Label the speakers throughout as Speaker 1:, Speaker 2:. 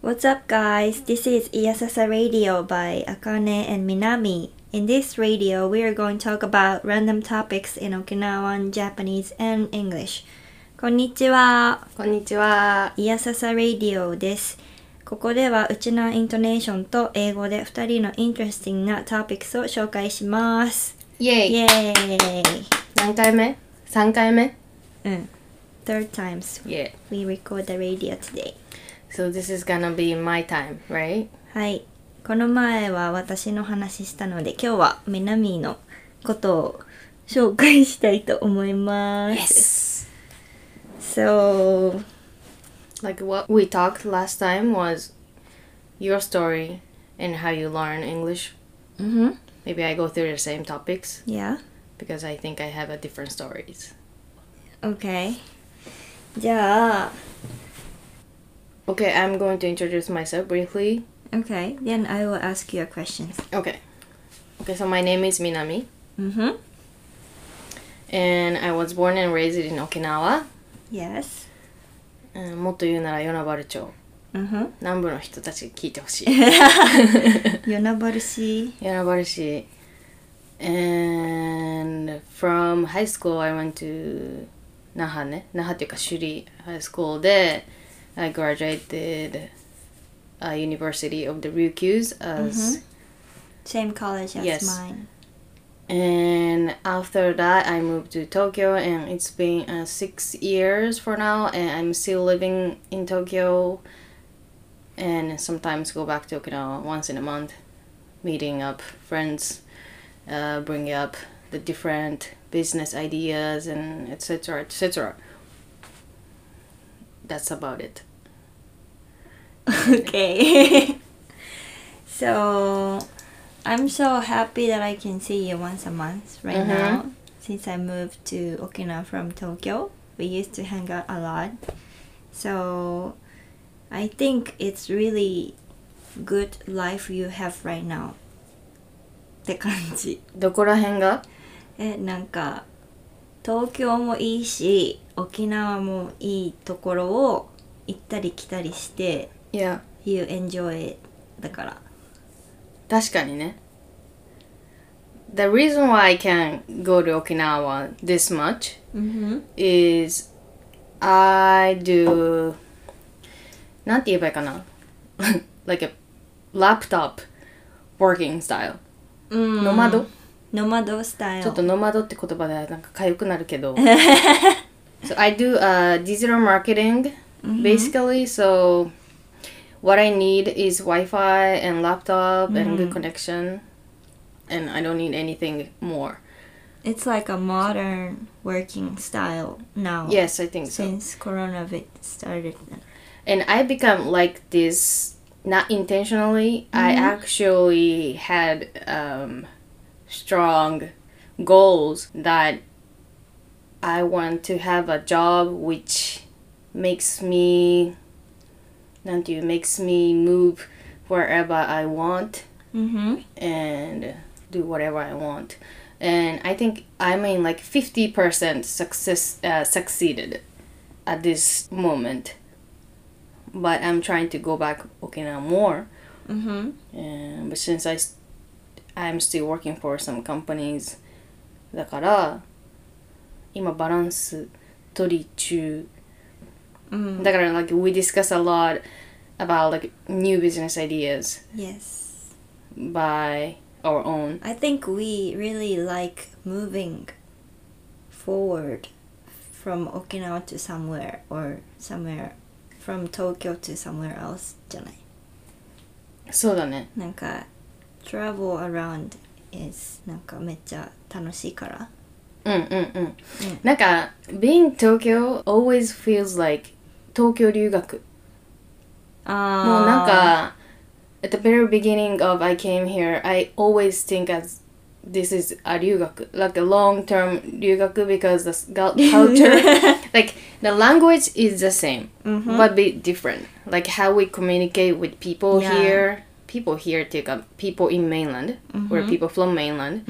Speaker 1: What's up, guys? This is Iyasasa Radio by Akane and Minami. In this radio, we are going to talk about random topics in Okinawan, Japanese, and English. こんにちは。
Speaker 2: こんにちは。
Speaker 1: Iyasasa Radio です。ここではうちのイントネーションと英語で2人のインテレスティングなトピックスを紹介します。
Speaker 2: イェイ
Speaker 1: イエーイ。
Speaker 2: 何回目 ?3 回目
Speaker 1: うん。Third times
Speaker 2: ?Yeah.
Speaker 1: we record the radio today.
Speaker 2: So this is gonna be my time, right?
Speaker 1: はい。この前は私の話したので、今日はメナミーのことを紹介したいと思います。
Speaker 2: Yes!
Speaker 1: So,
Speaker 2: Like what we talked last time was your story and how you learn English.
Speaker 1: mm-hmm.
Speaker 2: Maybe I go through the same topics
Speaker 1: yeah,
Speaker 2: because I think I have a different stories.
Speaker 1: okay. じゃあ、
Speaker 2: Okay, I'm going to introduce myself briefly.
Speaker 1: okay, then I will ask you a questions.
Speaker 2: Okay. Okay, so my name is Minami
Speaker 1: Mm-hmm.
Speaker 2: and I was born and raised in Okinawa, Uh,
Speaker 1: Yes.
Speaker 2: うんもっと言うなら与那原町
Speaker 1: Mm-hmm.
Speaker 2: 南部の人たちに聞いてほしい
Speaker 1: 与那原市。
Speaker 2: 与那原市 and from high school I went to 那覇ね那覇っていうか首里 high school で I graduated a University of the Ryukyus as、
Speaker 1: Same college as
Speaker 2: Yes.
Speaker 1: mine.
Speaker 2: and after that I moved to Tokyo and it's been uh, six years for now and I'm still living in Tokyo and sometimes go back to Okinawa once in a month meeting up friends uh, bring up the different business ideas and etc etc that's about it
Speaker 1: okay. so I'm so happy that I can see you once a month right
Speaker 2: Mhm.
Speaker 1: now. Since I moved to Okinawa from Tokyo, we used to hang out a lot. So I think it's really good life you have right now. って感じ。
Speaker 2: どこら辺が
Speaker 1: えなんか東京もいいし沖縄もいいところを行ったり来たりして
Speaker 2: Yeah
Speaker 1: You enjoy it だから
Speaker 2: 確かにね The reason why I can go to Okinawa this much Mm-hmm.
Speaker 1: うん、
Speaker 2: is I do なんて言えばいいかな like a laptop working style
Speaker 1: うん、
Speaker 2: ノマド
Speaker 1: ノマドスタイル
Speaker 2: ちょっとノマドって言葉でなんか痒くなるけど So I do uh, digital marketing basically so what I need is Wi-Fi and laptop and good connection and I don't need anything more
Speaker 1: It's like a modern working style now
Speaker 2: Yes, I think so.
Speaker 1: since coronavirus started
Speaker 2: And I become like this not intentionally. I actually had um, strong goals that I want to have a job which makes me, not you, makes me move wherever I want
Speaker 1: うんふ
Speaker 2: Mm-hmm.
Speaker 1: ん
Speaker 2: and do whatever I want. And I think I'm in like 50% success uh, succeeded at this moment. But I'm trying to go back Okinawa more.
Speaker 1: うんふ
Speaker 2: Mm-hmm.
Speaker 1: ん
Speaker 2: And, but since I, s- I'm still working for some companies, だから今バランス取り中。
Speaker 1: うん
Speaker 2: だから like we discuss a lot about like new business ideas
Speaker 1: Yes
Speaker 2: by our own.
Speaker 1: I think we really like moving forward from Okinawa to somewhere or somewhere from Tokyo to somewhere else じゃない
Speaker 2: そうだね。
Speaker 1: なんか travel around is なんかめっちゃ楽しいから
Speaker 2: うんうんうん、なんか being Tokyo always feels like 東京留学
Speaker 1: あ
Speaker 2: もうなんか at the very beginning of I came here I always think as this is a 留学 like a long term 留学 because the scu- culture like the language is the same
Speaker 1: Mm-hmm.
Speaker 2: but bit different like how we communicate with people
Speaker 1: Yeah.
Speaker 2: here people here っていうか people in mainland
Speaker 1: Mm-hmm.
Speaker 2: or people from mainland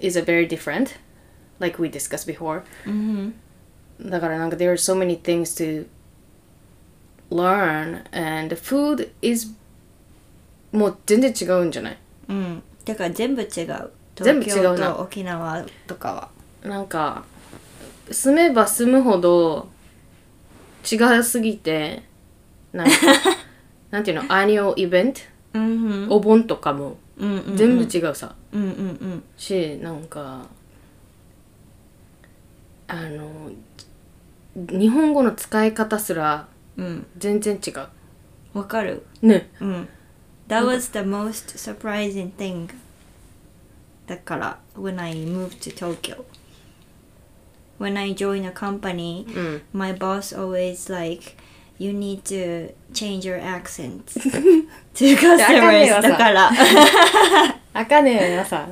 Speaker 2: is a very different like we discussed before
Speaker 1: うん
Speaker 2: だからなんか there are so many things to learn and food is もう全然違うんじゃない
Speaker 1: うんだから全部違う東
Speaker 2: 全部違
Speaker 1: 京
Speaker 2: うな
Speaker 1: と沖縄とかは
Speaker 2: なんか住めば住むほど違すぎてな んかなんていうのアニオイベント
Speaker 1: うんうん
Speaker 2: お盆とかも
Speaker 1: うんうん
Speaker 2: 全部違うさ、
Speaker 1: うんうんうん
Speaker 2: しなんかあの日本語の使い方すら
Speaker 1: うん
Speaker 2: 全然違う
Speaker 1: わかる
Speaker 2: ね
Speaker 1: うん That was the most surprising thing だから when I moved to Tokyo when I joined a company
Speaker 2: うん
Speaker 1: my boss always like you need to change your accent to
Speaker 2: ねえ
Speaker 1: customers
Speaker 2: わ
Speaker 1: だから
Speaker 2: あかねえなさ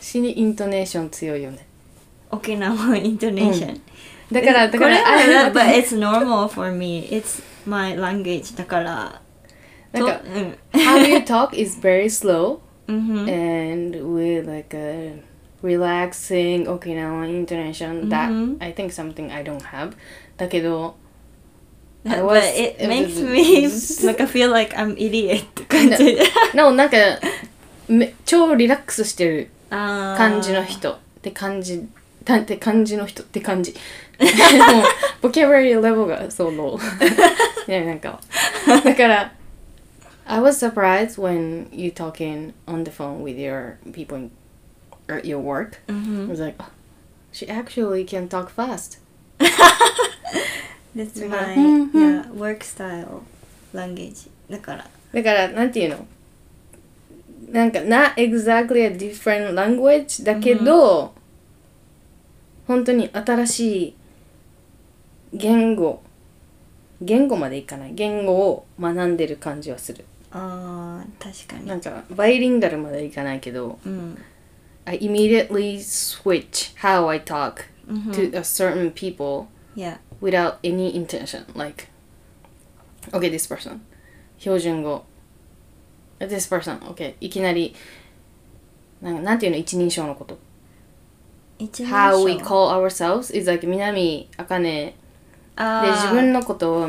Speaker 2: 死にイントネーション強いよね
Speaker 1: 沖 縄イントネーション
Speaker 2: Mm. だからだ
Speaker 1: こ
Speaker 2: か
Speaker 1: れ
Speaker 2: らあ
Speaker 1: は
Speaker 2: なんか
Speaker 1: but it's normal for me it's my language だから
Speaker 2: なんか
Speaker 1: とうん
Speaker 2: How you talk is very slow
Speaker 1: うんふん
Speaker 2: and with like a relaxing Okinawan intonation that
Speaker 1: Mhm.
Speaker 2: I think something I don't have だけど I
Speaker 1: But
Speaker 2: was-
Speaker 1: it makes me like I feel like I'm idiot って感じ
Speaker 2: no なんかめ超リラックスしてる
Speaker 1: 感
Speaker 2: 感じの人って感じだって感じの人って感じもうボキャブラリーレベルがそうのねなんかだから I was surprised when you talking on the phone with your people in, at your work
Speaker 1: うんふ
Speaker 2: I
Speaker 1: ん
Speaker 2: was like, oh, she actually can talk fast.
Speaker 1: That's
Speaker 2: だか
Speaker 1: my
Speaker 2: らうんふん
Speaker 1: yeah, work style language だから
Speaker 2: だから、なんていうのなんか、not exactly a different language だけど、本当に新しい言語、言語までいかない。言語を学んでる感じはする。
Speaker 1: あー確かに Mm.
Speaker 2: なんか、バイリンガルまでいかないけど、
Speaker 1: うん
Speaker 2: I immediately switch how I talk
Speaker 1: うんふん
Speaker 2: to a certain people
Speaker 1: Mm-hmm. Yeah
Speaker 2: without any intention. Like, okay, this person. 標準語。this person. Okay. いきなり、なんかなんていうの一人称のこと。
Speaker 1: 一
Speaker 2: How we
Speaker 1: 人称
Speaker 2: call ourselves is like 南あかね。で、
Speaker 1: あー
Speaker 2: 自分のことを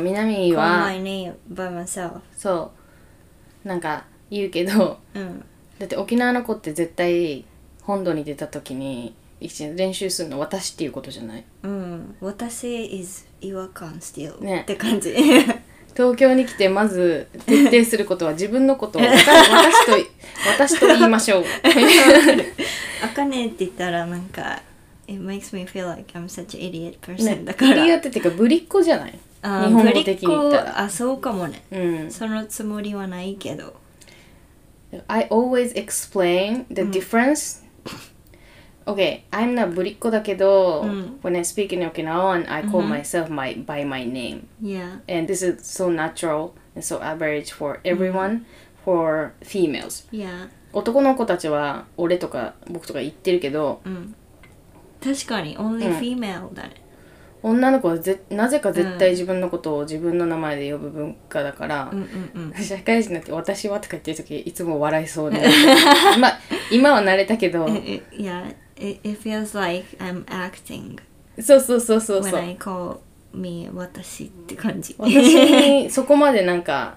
Speaker 1: Ah,
Speaker 2: 南
Speaker 1: call
Speaker 2: は、
Speaker 1: my name by myself
Speaker 2: そう、なんか言うけど、
Speaker 1: うん
Speaker 2: だって沖縄の子って絶対本土に出た時に一練習するの私っていうことじゃない
Speaker 1: うん私 is 違和感 still
Speaker 2: ね
Speaker 1: って感じ
Speaker 2: 東京に来てまず徹底することは自分 のことを私私と私と言いましょう
Speaker 1: あかねって言ったらなんか It makes me feel like I'm such an idiot
Speaker 2: ね
Speaker 1: person、だか
Speaker 2: ブ
Speaker 1: ら
Speaker 2: リアっていうかぶりっ子じゃない
Speaker 1: あ
Speaker 2: 日本
Speaker 1: ブ
Speaker 2: 語
Speaker 1: リ
Speaker 2: 的に言った
Speaker 1: ッ
Speaker 2: ら
Speaker 1: コあそうかもね
Speaker 2: うん
Speaker 1: そのつもりはないけど
Speaker 2: I always explain the difference Okay, I'm not ぶりっ子だけど、
Speaker 1: うん
Speaker 2: when I speak in Okinawan, I call
Speaker 1: うん
Speaker 2: myself my, by my name.
Speaker 1: Yeah
Speaker 2: And this is so natural and so average for everyone, for females.
Speaker 1: Yeah
Speaker 2: 男の子たちは俺とか僕とか言ってるけど、
Speaker 1: うん確かに only
Speaker 2: うん
Speaker 1: female だね
Speaker 2: 女の子はぜなぜか絶対
Speaker 1: うん
Speaker 2: 自分のことを自分の名前で呼ぶ文化だから
Speaker 1: う、んうん
Speaker 2: 社会人になって「私は」とか言ってる時いつも笑いそう でまあ今は慣れたけど
Speaker 1: うん It- it- Yeah it, it feels like I'm acting
Speaker 2: そうそうそうそうそ
Speaker 1: when
Speaker 2: う
Speaker 1: I call me 私って感じ
Speaker 2: 私にそこまでなんか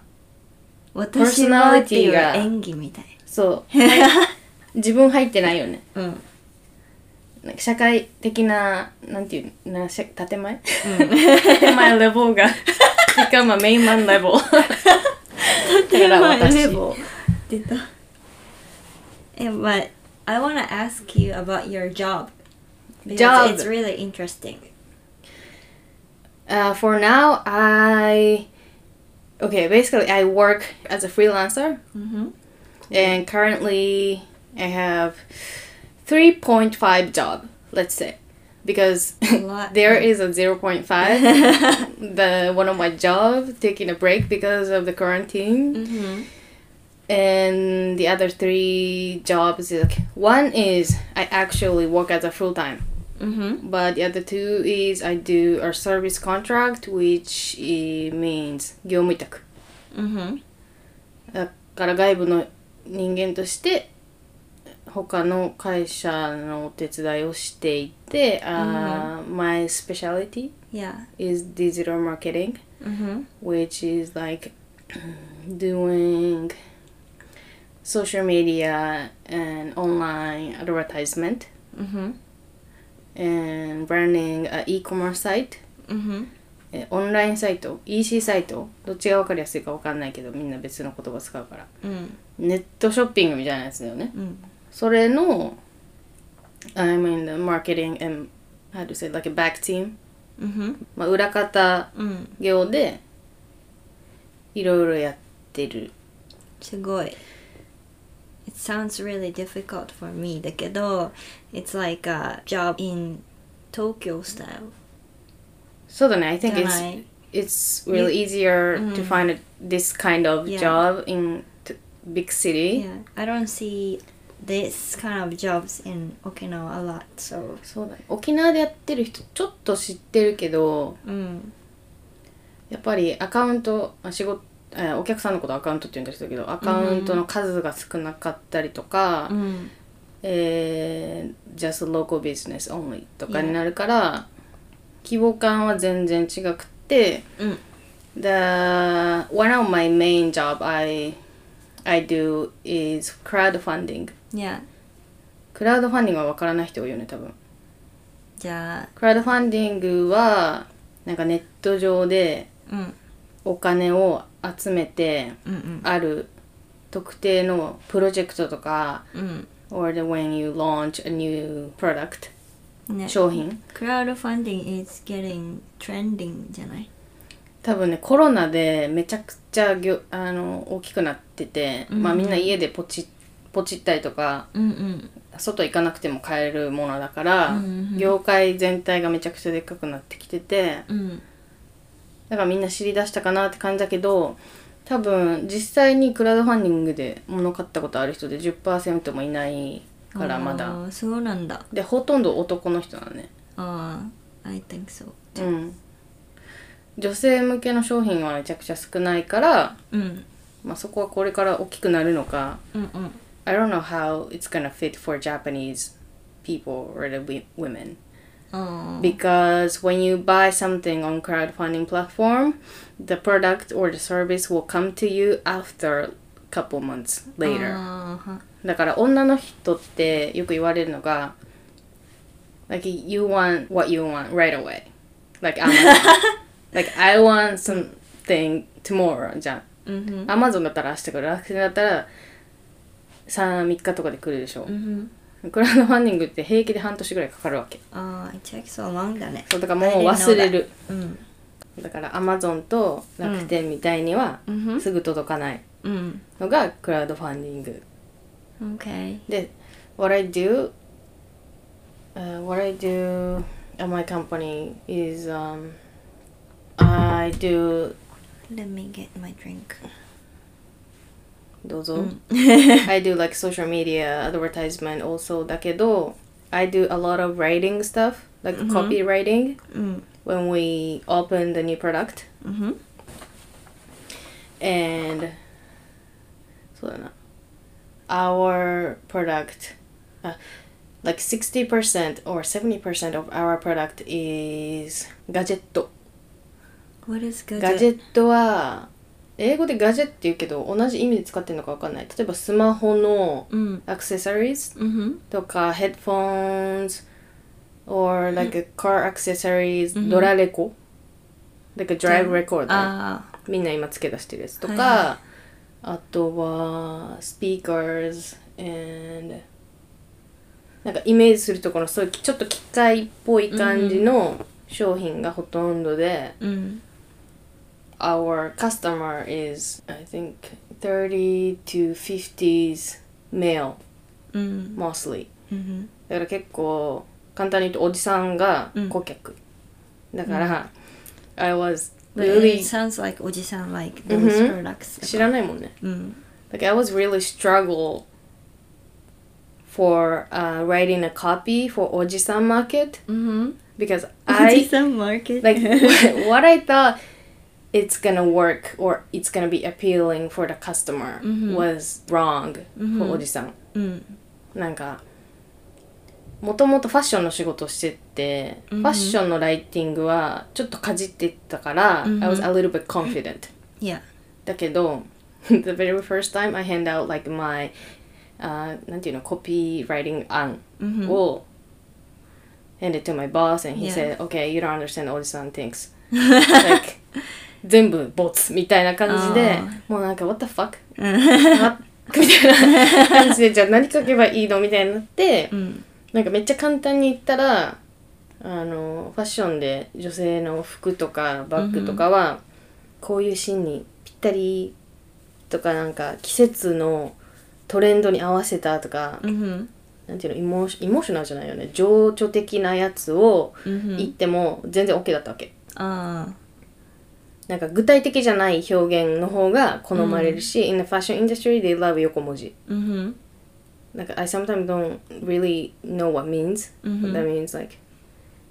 Speaker 1: 私はっていう
Speaker 2: personality が
Speaker 1: 演技みたい
Speaker 2: そうはい 自分入ってないよね
Speaker 1: うん
Speaker 2: なんか社会的ななんていうのな社建前、建前レベル が become a main man level だから私
Speaker 1: And but I want to ask you about your job. Because
Speaker 2: Job.
Speaker 1: It's really interesting.
Speaker 2: Uh, for now, I okay. Basically, I work as a freelancer,
Speaker 1: Mm-hmm.
Speaker 2: and currently I have three point five job. Let's say because
Speaker 1: A lot.
Speaker 2: there is a zero point five. the one of my job taking a break because of the quarantine,
Speaker 1: Mm-hmm.
Speaker 2: and the other three jobs. Is like, one is I actually work as a full time
Speaker 1: Mm-hmm.
Speaker 2: but the other two is I do a service contract, which eh, means 業務委託。
Speaker 1: Mm-hmm.
Speaker 2: だから外部の人間として他の会社のお手伝いをしていて、あー my specialty
Speaker 1: Yeah.
Speaker 2: is digital marketing
Speaker 1: Mm-hmm.
Speaker 2: which is like doing social media and online advertisement
Speaker 1: Mm-hmm.
Speaker 2: and running an e-commerce site
Speaker 1: Mm-hmm.
Speaker 2: えオンラインサイト EC サイトどっちが分かりやすいか分かんないけどみんな別の言葉使うからネットショッピングみたいなやつだよね
Speaker 1: Mm.
Speaker 2: それの I'm in the marketing and how to say like a back team、
Speaker 1: Mm-hmm.
Speaker 2: まあ、裏方
Speaker 1: Mm.
Speaker 2: 業でいろいろやってる
Speaker 1: すごい It sounds really difficult for me だけど It's like a job in Tokyo style
Speaker 2: そうだね I think
Speaker 1: じゃない
Speaker 2: it's it's really easier to
Speaker 1: うん
Speaker 2: find a- this kind of
Speaker 1: Yeah.
Speaker 2: job in t- big city、
Speaker 1: Yeah I don't see this kind of jobs in Okinawa a lot so
Speaker 2: そうだね沖縄でやってる人ちょっと知ってるけど
Speaker 1: うん
Speaker 2: やっぱりアカウントあ仕事えーお客さんのことアカウントって言うんですけどアカウントの数が少なかったりとか、
Speaker 1: うん
Speaker 2: えー just local business only とか
Speaker 1: Yeah.
Speaker 2: になるから、規模感は全然違くて
Speaker 1: うん
Speaker 2: the one of my main job I I do is crowdfunding
Speaker 1: Yeah
Speaker 2: クラウドファンディングは分からない人多いよね多分
Speaker 1: じゃあ
Speaker 2: クラウドファンディングはなんかネット上で
Speaker 1: うん
Speaker 2: お金を集めて
Speaker 1: うんうん
Speaker 2: ある特定のプロジェクトとか
Speaker 1: うん
Speaker 2: or the when you launch a new product
Speaker 1: ね
Speaker 2: 商品
Speaker 1: クラウドファンディング is getting trending じゃない
Speaker 2: 多分ねコロナでめちゃくちゃぎょあの大きくなってて、
Speaker 1: うん
Speaker 2: まあみんな家でポチポチったりとか
Speaker 1: うんうん
Speaker 2: 外行かなくても買えるものだから、
Speaker 1: うんうん
Speaker 2: 業界全体がめちゃくちゃでっかくなってきてて
Speaker 1: うん
Speaker 2: だからみんな知り出したかなって感じだけど多分実際にクラウドファンディングで物買ったことある人で10%もいないからまだ
Speaker 1: あーそうなんだ
Speaker 2: でほとんど男の人なのね
Speaker 1: ああ I think so
Speaker 2: うん女性向けの商品はめちゃくちゃ少ないから、
Speaker 1: うん
Speaker 2: まあ、そこはこれから大きくなるのか
Speaker 1: うんうん
Speaker 2: I don't know how it's gonna fit for Japanese people or the wi- women
Speaker 1: あー
Speaker 2: because when you buy something on crowdfunding platform the product or the service will come to you after couple months later
Speaker 1: あーは
Speaker 2: だから女の人ってよく言われるのが like you want what you want right away like Amazon like I want something tomorrow じゃ
Speaker 1: うんうん
Speaker 2: ん Amazon だったら明日来る楽天だったら3日とかで来るでしょ
Speaker 1: Mm-hmm.
Speaker 2: クラウドファンディングって平気で半年ぐらいかかるわけ
Speaker 1: Uh, it takes so long だね。
Speaker 2: そうだからもう忘れる
Speaker 1: うん。
Speaker 2: だからアマゾンと楽天みたいには
Speaker 1: うん。
Speaker 2: すぐ届かない
Speaker 1: うん。
Speaker 2: のがクラウドファンディング
Speaker 1: Okay.
Speaker 2: で What I do、uh, What I do at my company is、um, I do
Speaker 1: Let me get my drink.
Speaker 2: どうぞ、I do like social media advertisement also だけど I do a lot of writing stuff like
Speaker 1: Mm-hmm.
Speaker 2: copywriting
Speaker 1: うん。
Speaker 2: when we open the new product
Speaker 1: うん。
Speaker 2: and そうだな our product、uh, like 60% or 70% of our product is ガジェット
Speaker 1: What is gadget?
Speaker 2: ガジェットは英語でガジェットって言うけど同じ意味で使ってるのか分かんない例えばスマホの
Speaker 1: うん。
Speaker 2: アクセサリーズ
Speaker 1: うん。
Speaker 2: とか headphones or like a car accessories、
Speaker 1: うん
Speaker 2: ドラレコ like a drive recorder、
Speaker 1: ああ。
Speaker 2: みんな今つけ出してるやつとか、
Speaker 1: はいは
Speaker 2: あとは speakers and なんかイメージするところのそういうちょっと機械っぽい感じの商品がほとんどで、
Speaker 1: うん。
Speaker 2: our customer is I think 30 to 50s male
Speaker 1: うん。
Speaker 2: mostly
Speaker 1: うん。
Speaker 2: だから結構簡単に言うとおじさんが顧客、だから、I was
Speaker 1: But
Speaker 2: really Mm-hmm.
Speaker 1: it sounds like おじさん like
Speaker 2: うん
Speaker 1: those products. Mm,
Speaker 2: 知らないもんね
Speaker 1: うん。
Speaker 2: like I was really struggle for uh, writing a copy for Ojisan market
Speaker 1: うん。
Speaker 2: because
Speaker 1: お じ
Speaker 2: I
Speaker 1: さん mm-hmm. market.
Speaker 2: like what I thought it's gonna work or it's gonna be appealing for the customer
Speaker 1: Mhm.
Speaker 2: was wrong
Speaker 1: Mhm.
Speaker 2: for Ojisan
Speaker 1: うん。
Speaker 2: なんかもともとファッションの仕事をしてて、
Speaker 1: うんうん
Speaker 2: ファッションのライティングはちょっとかじってたから、
Speaker 1: うんうん
Speaker 2: I was a little bit confident
Speaker 1: Yeah.
Speaker 2: だけど the very first time I hand out like my あーなんていうのコピーライティング案
Speaker 1: Mhm.
Speaker 2: will hand it to my boss and he
Speaker 1: Yeah.
Speaker 2: said okay you don't understand all these o n things like 全部ボツみたいな感じで
Speaker 1: あ
Speaker 2: もうなんか what the fuck あみたいな感じでじゃあ何書けばいいのみたいになって
Speaker 1: うん。
Speaker 2: なんかめっちゃ簡単に言ったらあのファッションで女性の服とかバッグとかは、こういうシーンにぴったりとかなんか季節のトレンドに合わせたとか、
Speaker 1: Mhm.
Speaker 2: なんていうのイモーシイモーショナルじゃないよね情緒的なやつを
Speaker 1: Mhm.
Speaker 2: 言っても全然 OK だったわけ。
Speaker 1: あ
Speaker 2: なんか具体的じゃない表現の方が好まれるし、in the fashion industry they love 横文字。
Speaker 1: あ。Mhm.
Speaker 2: なんか I sometimes don't really know what means、
Speaker 1: Mhm.
Speaker 2: that means like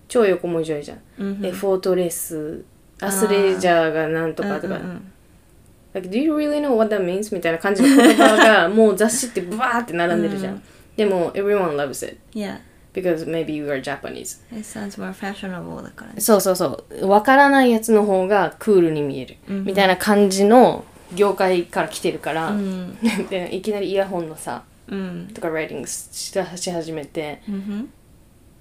Speaker 2: 超横文字多いじゃん、
Speaker 1: Mhm.
Speaker 2: えフォートレスアスレジャーがなんとかとか、
Speaker 1: うんうん
Speaker 2: like do you really know what that means みたいな感じの言葉がもう雑誌ってバーって並ん でるじゃん、でも everyone loves it
Speaker 1: Yeah.
Speaker 2: because maybe you are Japanese
Speaker 1: It sounds more fashionable だからね。
Speaker 2: そうそうそうわからないやつの方がクールに見える、
Speaker 1: うん
Speaker 2: みたいな感じの業界から来てるから、
Speaker 1: うん。
Speaker 2: でいきなりイヤホンのさ
Speaker 1: うん。
Speaker 2: とかライティングしし始めて、
Speaker 1: うん。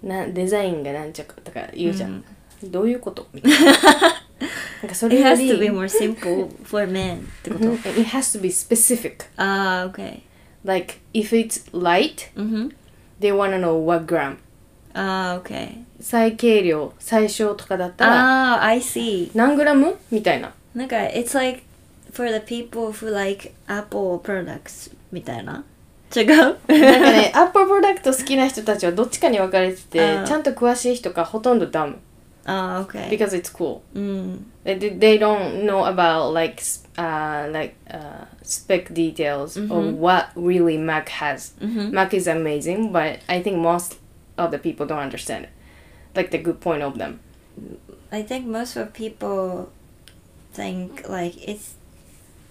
Speaker 2: なデザインがなんちゃかとか言うじゃ
Speaker 1: Mm.
Speaker 2: ん、どういうことみたい ななんかそれ
Speaker 1: It
Speaker 2: よ
Speaker 1: has
Speaker 2: り
Speaker 1: to be more simple for men Ah, ってこ
Speaker 2: う
Speaker 1: と
Speaker 2: ん。It has to be specific
Speaker 1: ああ、OK。
Speaker 2: like if it's light
Speaker 1: うん。
Speaker 2: they wanna know what gram
Speaker 1: ああ、OK。
Speaker 2: 最軽量最小とかだったら
Speaker 1: ああ、I Ah, see.
Speaker 2: 何グラムみたいな
Speaker 1: なんか、it's like for the people who like Apple products みたいな。違 う
Speaker 2: なんか ねアップルプロダクト好きな人たちはどっちかに分かれてて
Speaker 1: あー
Speaker 2: ちゃんと詳しい人がほとんどダム
Speaker 1: ああ、OK。
Speaker 2: because it's cool
Speaker 1: うん。
Speaker 2: They, they don't know about like s- uh, like uh, spec details or what really Mac has.
Speaker 1: Mm-hmm.
Speaker 2: Mac is amazing, but I think most of the people don't understand it. Like the good point of them.
Speaker 1: I think most of people think like it's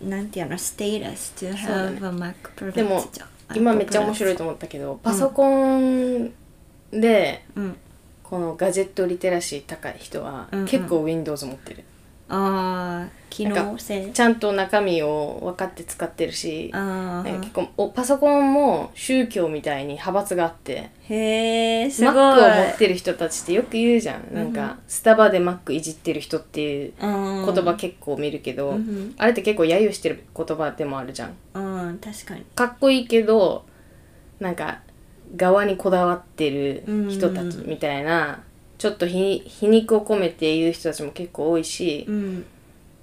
Speaker 1: なんていうの status to
Speaker 2: そうだね
Speaker 1: have a Mac product
Speaker 2: でも
Speaker 1: じゃん
Speaker 2: 今めっちゃ面白い
Speaker 1: Apple
Speaker 2: と思ったけど、パソコンで
Speaker 1: products Mm. うん
Speaker 2: このガジェットリテラシー高い人は
Speaker 1: うんうん
Speaker 2: 結構 Windows 持ってる。
Speaker 1: ああ機能性
Speaker 2: ちゃんと中身を分かって使ってるし、
Speaker 1: あ
Speaker 2: なんか
Speaker 1: あ
Speaker 2: 結構おパソコンも宗教みたいに派閥があって。
Speaker 1: へえすご
Speaker 2: マ
Speaker 1: い
Speaker 2: ックを持ってる人たちってよく言うじゃん、なん
Speaker 1: うんう
Speaker 2: かスタバでマックいじってる人っていう
Speaker 1: 言
Speaker 2: 言葉結構見るけど、
Speaker 1: うんうん
Speaker 2: あれって結構揶揄してる言葉でもあるじゃん
Speaker 1: うん確かに
Speaker 2: かっこいいけどなんか側にこだわってる人たちみたいな、ちょっと皮皮肉を込めて言う人たちも結構多いし、
Speaker 1: うん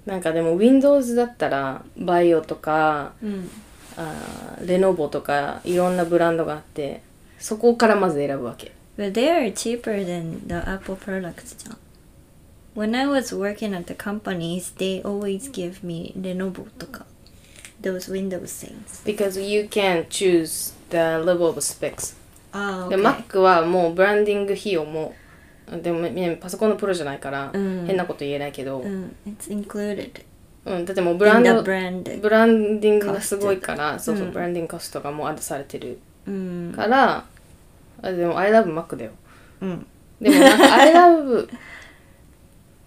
Speaker 2: なんかでも Windows だったらバイオとか
Speaker 1: うん
Speaker 2: あーレノボとかいろんなブランドがあってそこからまず選ぶわけ
Speaker 1: But they are cheaper than the Apple products じゃん When I was working at the companies they always give me Lenovo とか those Windows things
Speaker 2: because you can choose the level of specs、
Speaker 1: ああ
Speaker 2: で Mac はもうブランディング費用もでもねパソコンのプロじゃないから、
Speaker 1: うん
Speaker 2: 変なこと言えないけど、うん
Speaker 1: うん、it's Mm, included
Speaker 2: だってもうブ
Speaker 1: ブ
Speaker 2: ラ
Speaker 1: ラ
Speaker 2: ン
Speaker 1: ン
Speaker 2: ド
Speaker 1: ドブランド
Speaker 2: ブランディングがすごいから
Speaker 1: コス
Speaker 2: そ
Speaker 1: ト
Speaker 2: うそう、
Speaker 1: うん
Speaker 2: ブランディングコストがもうアッドされてる
Speaker 1: うん
Speaker 2: から、あでも I love Mac だよ
Speaker 1: うん
Speaker 2: でもなんか I love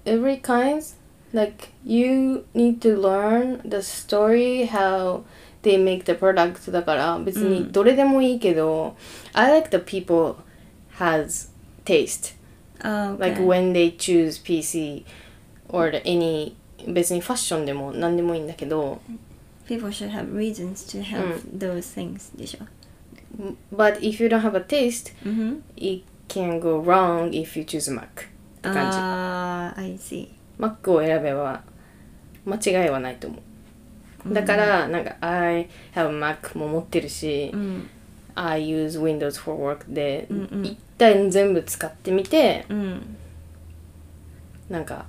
Speaker 2: every kinds like you need to learn the story how they make the product だから別にどれでもいいけど、I like the people has taste
Speaker 1: ああ
Speaker 2: like when they choose PC or the any 別にファッションでも何でもいいんだけど
Speaker 1: people should have reasons to have those things でしょ
Speaker 2: but if you don't have a taste
Speaker 1: うん
Speaker 2: it can go wrong if you choose Mac って感
Speaker 1: Ah.
Speaker 2: じ
Speaker 1: ああ I see
Speaker 2: Mac を選べば間違いはないと思うだから、なんか I have Mac も持ってるし、
Speaker 1: うん
Speaker 2: I use Windows for work で、
Speaker 1: うんうん
Speaker 2: 一旦全部使ってみて
Speaker 1: うん
Speaker 2: なんか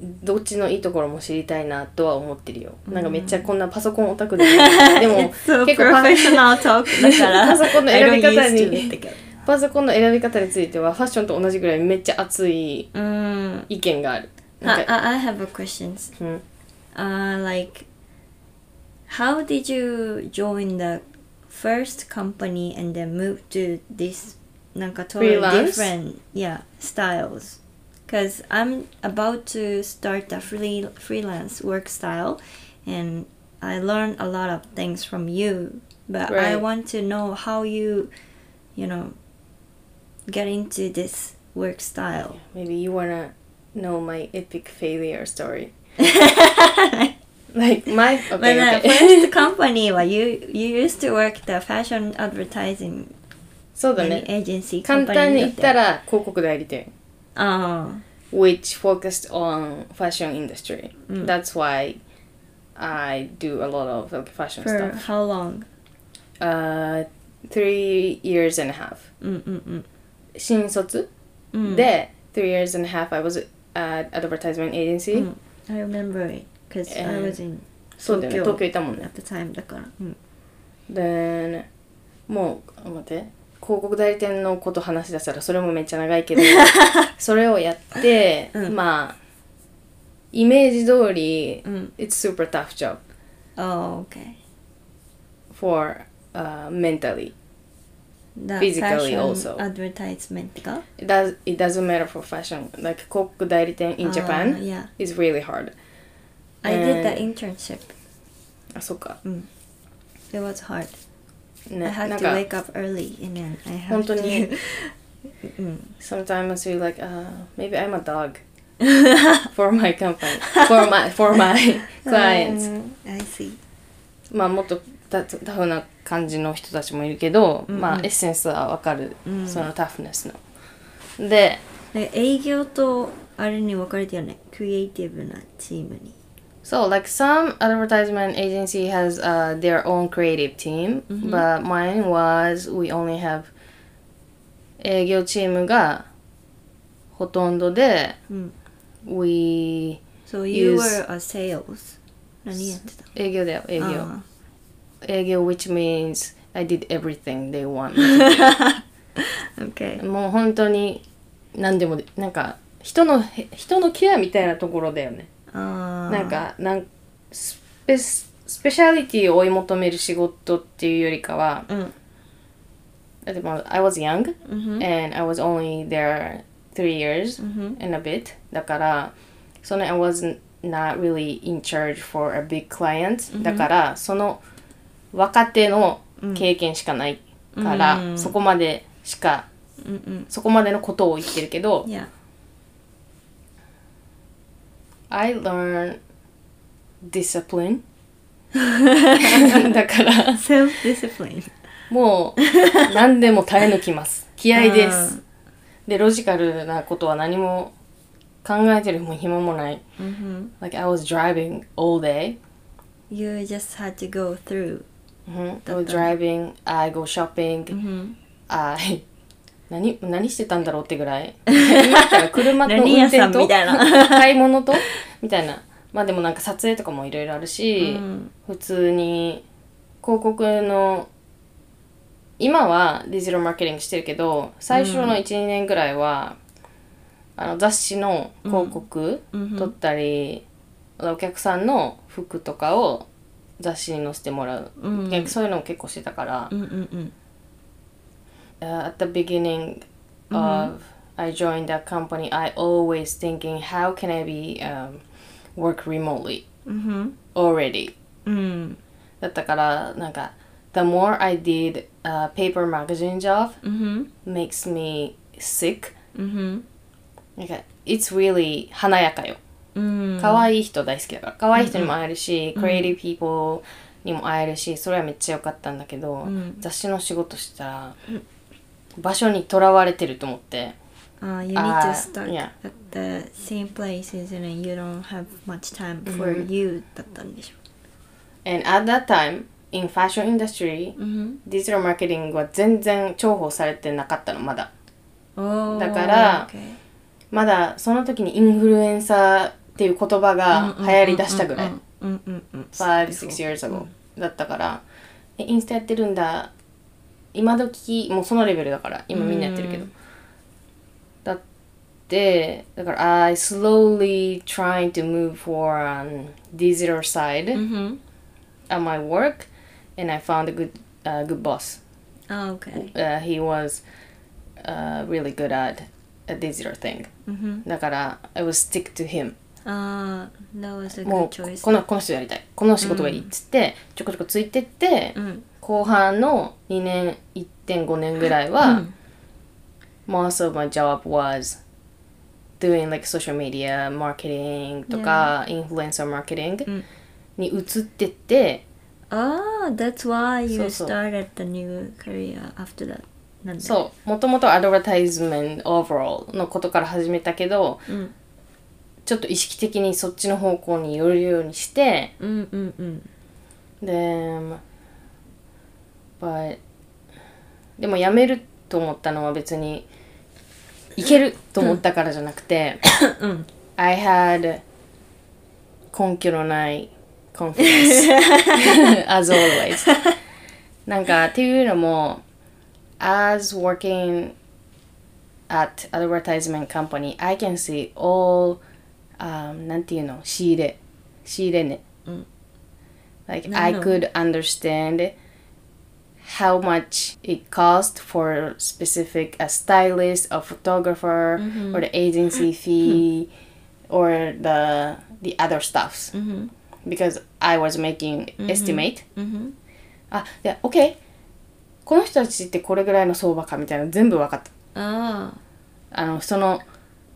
Speaker 2: どっちのいいところも知りたいなとは思ってるよ、なんかめっちゃこんなパソコンオタクで でも
Speaker 1: so
Speaker 2: 結構パ
Speaker 1: professional talk だから
Speaker 2: パソコンの
Speaker 1: I don't
Speaker 2: 選び方
Speaker 1: used
Speaker 2: に
Speaker 1: to it だけど
Speaker 2: パソコンの選び方についてはファッションと同じぐらいめっちゃ熱い
Speaker 1: うん I,
Speaker 2: 意見があるなんか
Speaker 1: I I have a questions
Speaker 2: うん
Speaker 1: uh like how did you join the first company and then moved to this なんか totally
Speaker 2: Freelance?
Speaker 1: different yeah styles because I'm about to start a free, freelance work style and I learned a lot of things from you but I
Speaker 2: Right.
Speaker 1: want to know how you you know get into this work style
Speaker 2: Maybe you wanna know my epic failure story. Like my okay,
Speaker 1: But uh,
Speaker 2: okay.
Speaker 1: first company は you, you used to work the fashion advertising
Speaker 2: そうだ
Speaker 1: any
Speaker 2: ね。
Speaker 1: agency
Speaker 2: 簡
Speaker 1: company だ
Speaker 2: 単に言
Speaker 1: っ
Speaker 2: ってたら広告代理店。
Speaker 1: あ
Speaker 2: which focused on fashion industry.
Speaker 1: Mm.
Speaker 2: That's why I do a lot of like,
Speaker 1: あ
Speaker 2: fashion
Speaker 1: for
Speaker 2: stuff.
Speaker 1: how long?
Speaker 2: Uh, three years and a half.
Speaker 1: うんうん
Speaker 2: 新卒、
Speaker 1: うんうん
Speaker 2: で three years and a half I was at advertisement agency、
Speaker 1: うん Mm, I remember it because I was in
Speaker 2: そうだよね
Speaker 1: 東京
Speaker 2: 東京いたもんね
Speaker 1: at the mm, time だから、うん、
Speaker 2: でもう待って広告代理店のこと話し出したらそれもめっちゃ長 いけどそれをやって、
Speaker 1: うん
Speaker 2: まあイメージ通り、
Speaker 1: うん
Speaker 2: It's super tough job
Speaker 1: mm. Oh okay
Speaker 2: for、uh, mentally
Speaker 1: The
Speaker 2: Physically
Speaker 1: fashion
Speaker 2: also.
Speaker 1: advertisement が
Speaker 2: It does it doesn't matter for fashion. Like 広告代理店 in Japan、
Speaker 1: あー Ah, yeah
Speaker 2: is really hard.
Speaker 1: I did the
Speaker 2: And-
Speaker 1: internship mm.
Speaker 2: あそっか。
Speaker 1: it was hard
Speaker 2: ね
Speaker 1: I had
Speaker 2: なん
Speaker 1: to
Speaker 2: か
Speaker 1: wake up early and then I
Speaker 2: 本
Speaker 1: had
Speaker 2: 当
Speaker 1: to Mm,
Speaker 2: に
Speaker 1: うん
Speaker 2: sometimes we like、uh, maybe I'm a dog for my company for my for my clients.
Speaker 1: うん I see
Speaker 2: まあもっとタタフな感じの人たちもいるけど、
Speaker 1: うんうん
Speaker 2: まあエッセンスはわかる、
Speaker 1: うん
Speaker 2: そのタフネスの。で、
Speaker 1: なんか営業とあれに分かれてよねクリエイティブなチームに
Speaker 2: So, like some advertisement agency has uh, their own creative team,
Speaker 1: Mhm.
Speaker 2: but mine was we only have 営業チームがほとんどで、
Speaker 1: うん
Speaker 2: we
Speaker 1: So you
Speaker 2: Use-
Speaker 1: were a sales 何やってた
Speaker 2: 営業だよ営業
Speaker 1: あ
Speaker 2: 営業 which means I did everything they want
Speaker 1: ー OK
Speaker 2: もう本当に何でもでなんか人のへ人のケアみたいなところだよね
Speaker 1: あー
Speaker 2: なんかなんスペススペシャリティを追い求める仕事っていうよりかは
Speaker 1: うん
Speaker 2: that was- I was young
Speaker 1: うん
Speaker 2: and I was only there three years
Speaker 1: うん
Speaker 2: and a bit だからその I was not really in charge for a big client、
Speaker 1: Mhm.
Speaker 2: だからその若手の
Speaker 1: うん
Speaker 2: 経験しかないから、
Speaker 1: うん
Speaker 2: そこまでしか
Speaker 1: うん
Speaker 2: そこまでのことを言ってるけど
Speaker 1: うん Yeah
Speaker 2: I learn discipline だから
Speaker 1: Self discipline
Speaker 2: もう何でも耐え抜きます気合ですでロジカルなことは何も考えてるも暇もない
Speaker 1: Mhm.
Speaker 2: Like I was driving all day.
Speaker 1: You just had to go through
Speaker 2: I was driving, I go shopping, I 何何してたんだろうってぐら い今だったら車と
Speaker 1: 何
Speaker 2: 運
Speaker 1: 屋さ
Speaker 2: 転
Speaker 1: ん
Speaker 2: と
Speaker 1: みたいな
Speaker 2: 買い物とみたいなまあでもなんか撮影とかもいろいろあるし、
Speaker 1: うん
Speaker 2: 普通に広告の今はデジタルマーケティングしてるけど最初の12、年ぐらいはあの雑誌の広告
Speaker 1: うん
Speaker 2: 撮ったり、お客さんの服とかを雑誌に載せてもらう、
Speaker 1: うん
Speaker 2: 逆そういうのを結構してたから、
Speaker 1: うんうん
Speaker 2: Uh, at the beginning of I joined that company I always thinking how can I be um, work remotely
Speaker 1: うん
Speaker 2: already
Speaker 1: うんうん
Speaker 2: だったからなんか The more I did a paper magazine job
Speaker 1: うんうん
Speaker 2: makes me sick
Speaker 1: うん
Speaker 2: なんか It's really 華やかよ
Speaker 1: うん
Speaker 2: 可愛い人大好きだから可愛い人にも会えるし、クリエイティブピーポーにも会えるしそれはめっちゃ良かったんだけど、
Speaker 1: ん
Speaker 2: 雑誌の仕事してたら、場所にとらわれてると思って、
Speaker 1: Uh, you need
Speaker 2: Uh,
Speaker 1: to start
Speaker 2: yeah.
Speaker 1: at the same places and then you don't have much time for you だったんでしょ。
Speaker 2: and at that time in fashion industry
Speaker 1: うん、
Speaker 2: デジタルマーケティングは全然重宝されてなかったのまだ
Speaker 1: おー
Speaker 2: だから、
Speaker 1: okay
Speaker 2: まだその時にインフルエンサーっていう言葉が流行りだしたぐらい、
Speaker 1: うんうんうん。
Speaker 2: 5、6 years ago だったから、えインスタやってるんだ今時もうそのレベルだから今みんなやってるけど、
Speaker 1: うん
Speaker 2: だってだから I slowly trying to move for an digital side
Speaker 1: うん
Speaker 2: at my work and I found a good a good boss.
Speaker 1: Oh, okay.
Speaker 2: Uh, he was uh, really good at a digital thing.
Speaker 1: Mm-hmm.
Speaker 2: だから I will stick to him.
Speaker 1: Ah, that was a
Speaker 2: も
Speaker 1: good
Speaker 2: うこ
Speaker 1: choice.
Speaker 2: このこの人やりたいこの仕事がいいっつって、ちょこちょこついてって、
Speaker 1: Mm.
Speaker 2: 後半の2年1.5年ぐらいは、
Speaker 1: Mm.
Speaker 2: most of my job was doing like social media marketing とか、influencer marketing、
Speaker 1: うん
Speaker 2: に移ってって、
Speaker 1: Ah, that's why you
Speaker 2: そうそう。
Speaker 1: started the new career after that. なんだ。
Speaker 2: そうもともとアドバタイズメント overall のことから始めたけど
Speaker 1: うん。
Speaker 2: ちょっと意識的にそっちの方向に寄るようにして
Speaker 1: うんうんうん。
Speaker 2: で、but でも辞めると思ったのは別にいけると思ったからじゃなくて、
Speaker 1: うん。
Speaker 2: I had 根拠のない confidence as always なんかっていうのも as working at advertisement company I can see all、um, なんていうの仕入れ仕入れね、
Speaker 1: うん、
Speaker 2: like
Speaker 1: な
Speaker 2: I
Speaker 1: るほ
Speaker 2: could understand how much it cost for specific a stylist a photographer or the agency fee or the the other stuffs
Speaker 1: うん。
Speaker 2: because I was making estimate
Speaker 1: うん。
Speaker 2: あで OK この人たちってこれぐらいの相場かみたいなの全部分かった
Speaker 1: あ
Speaker 2: あのその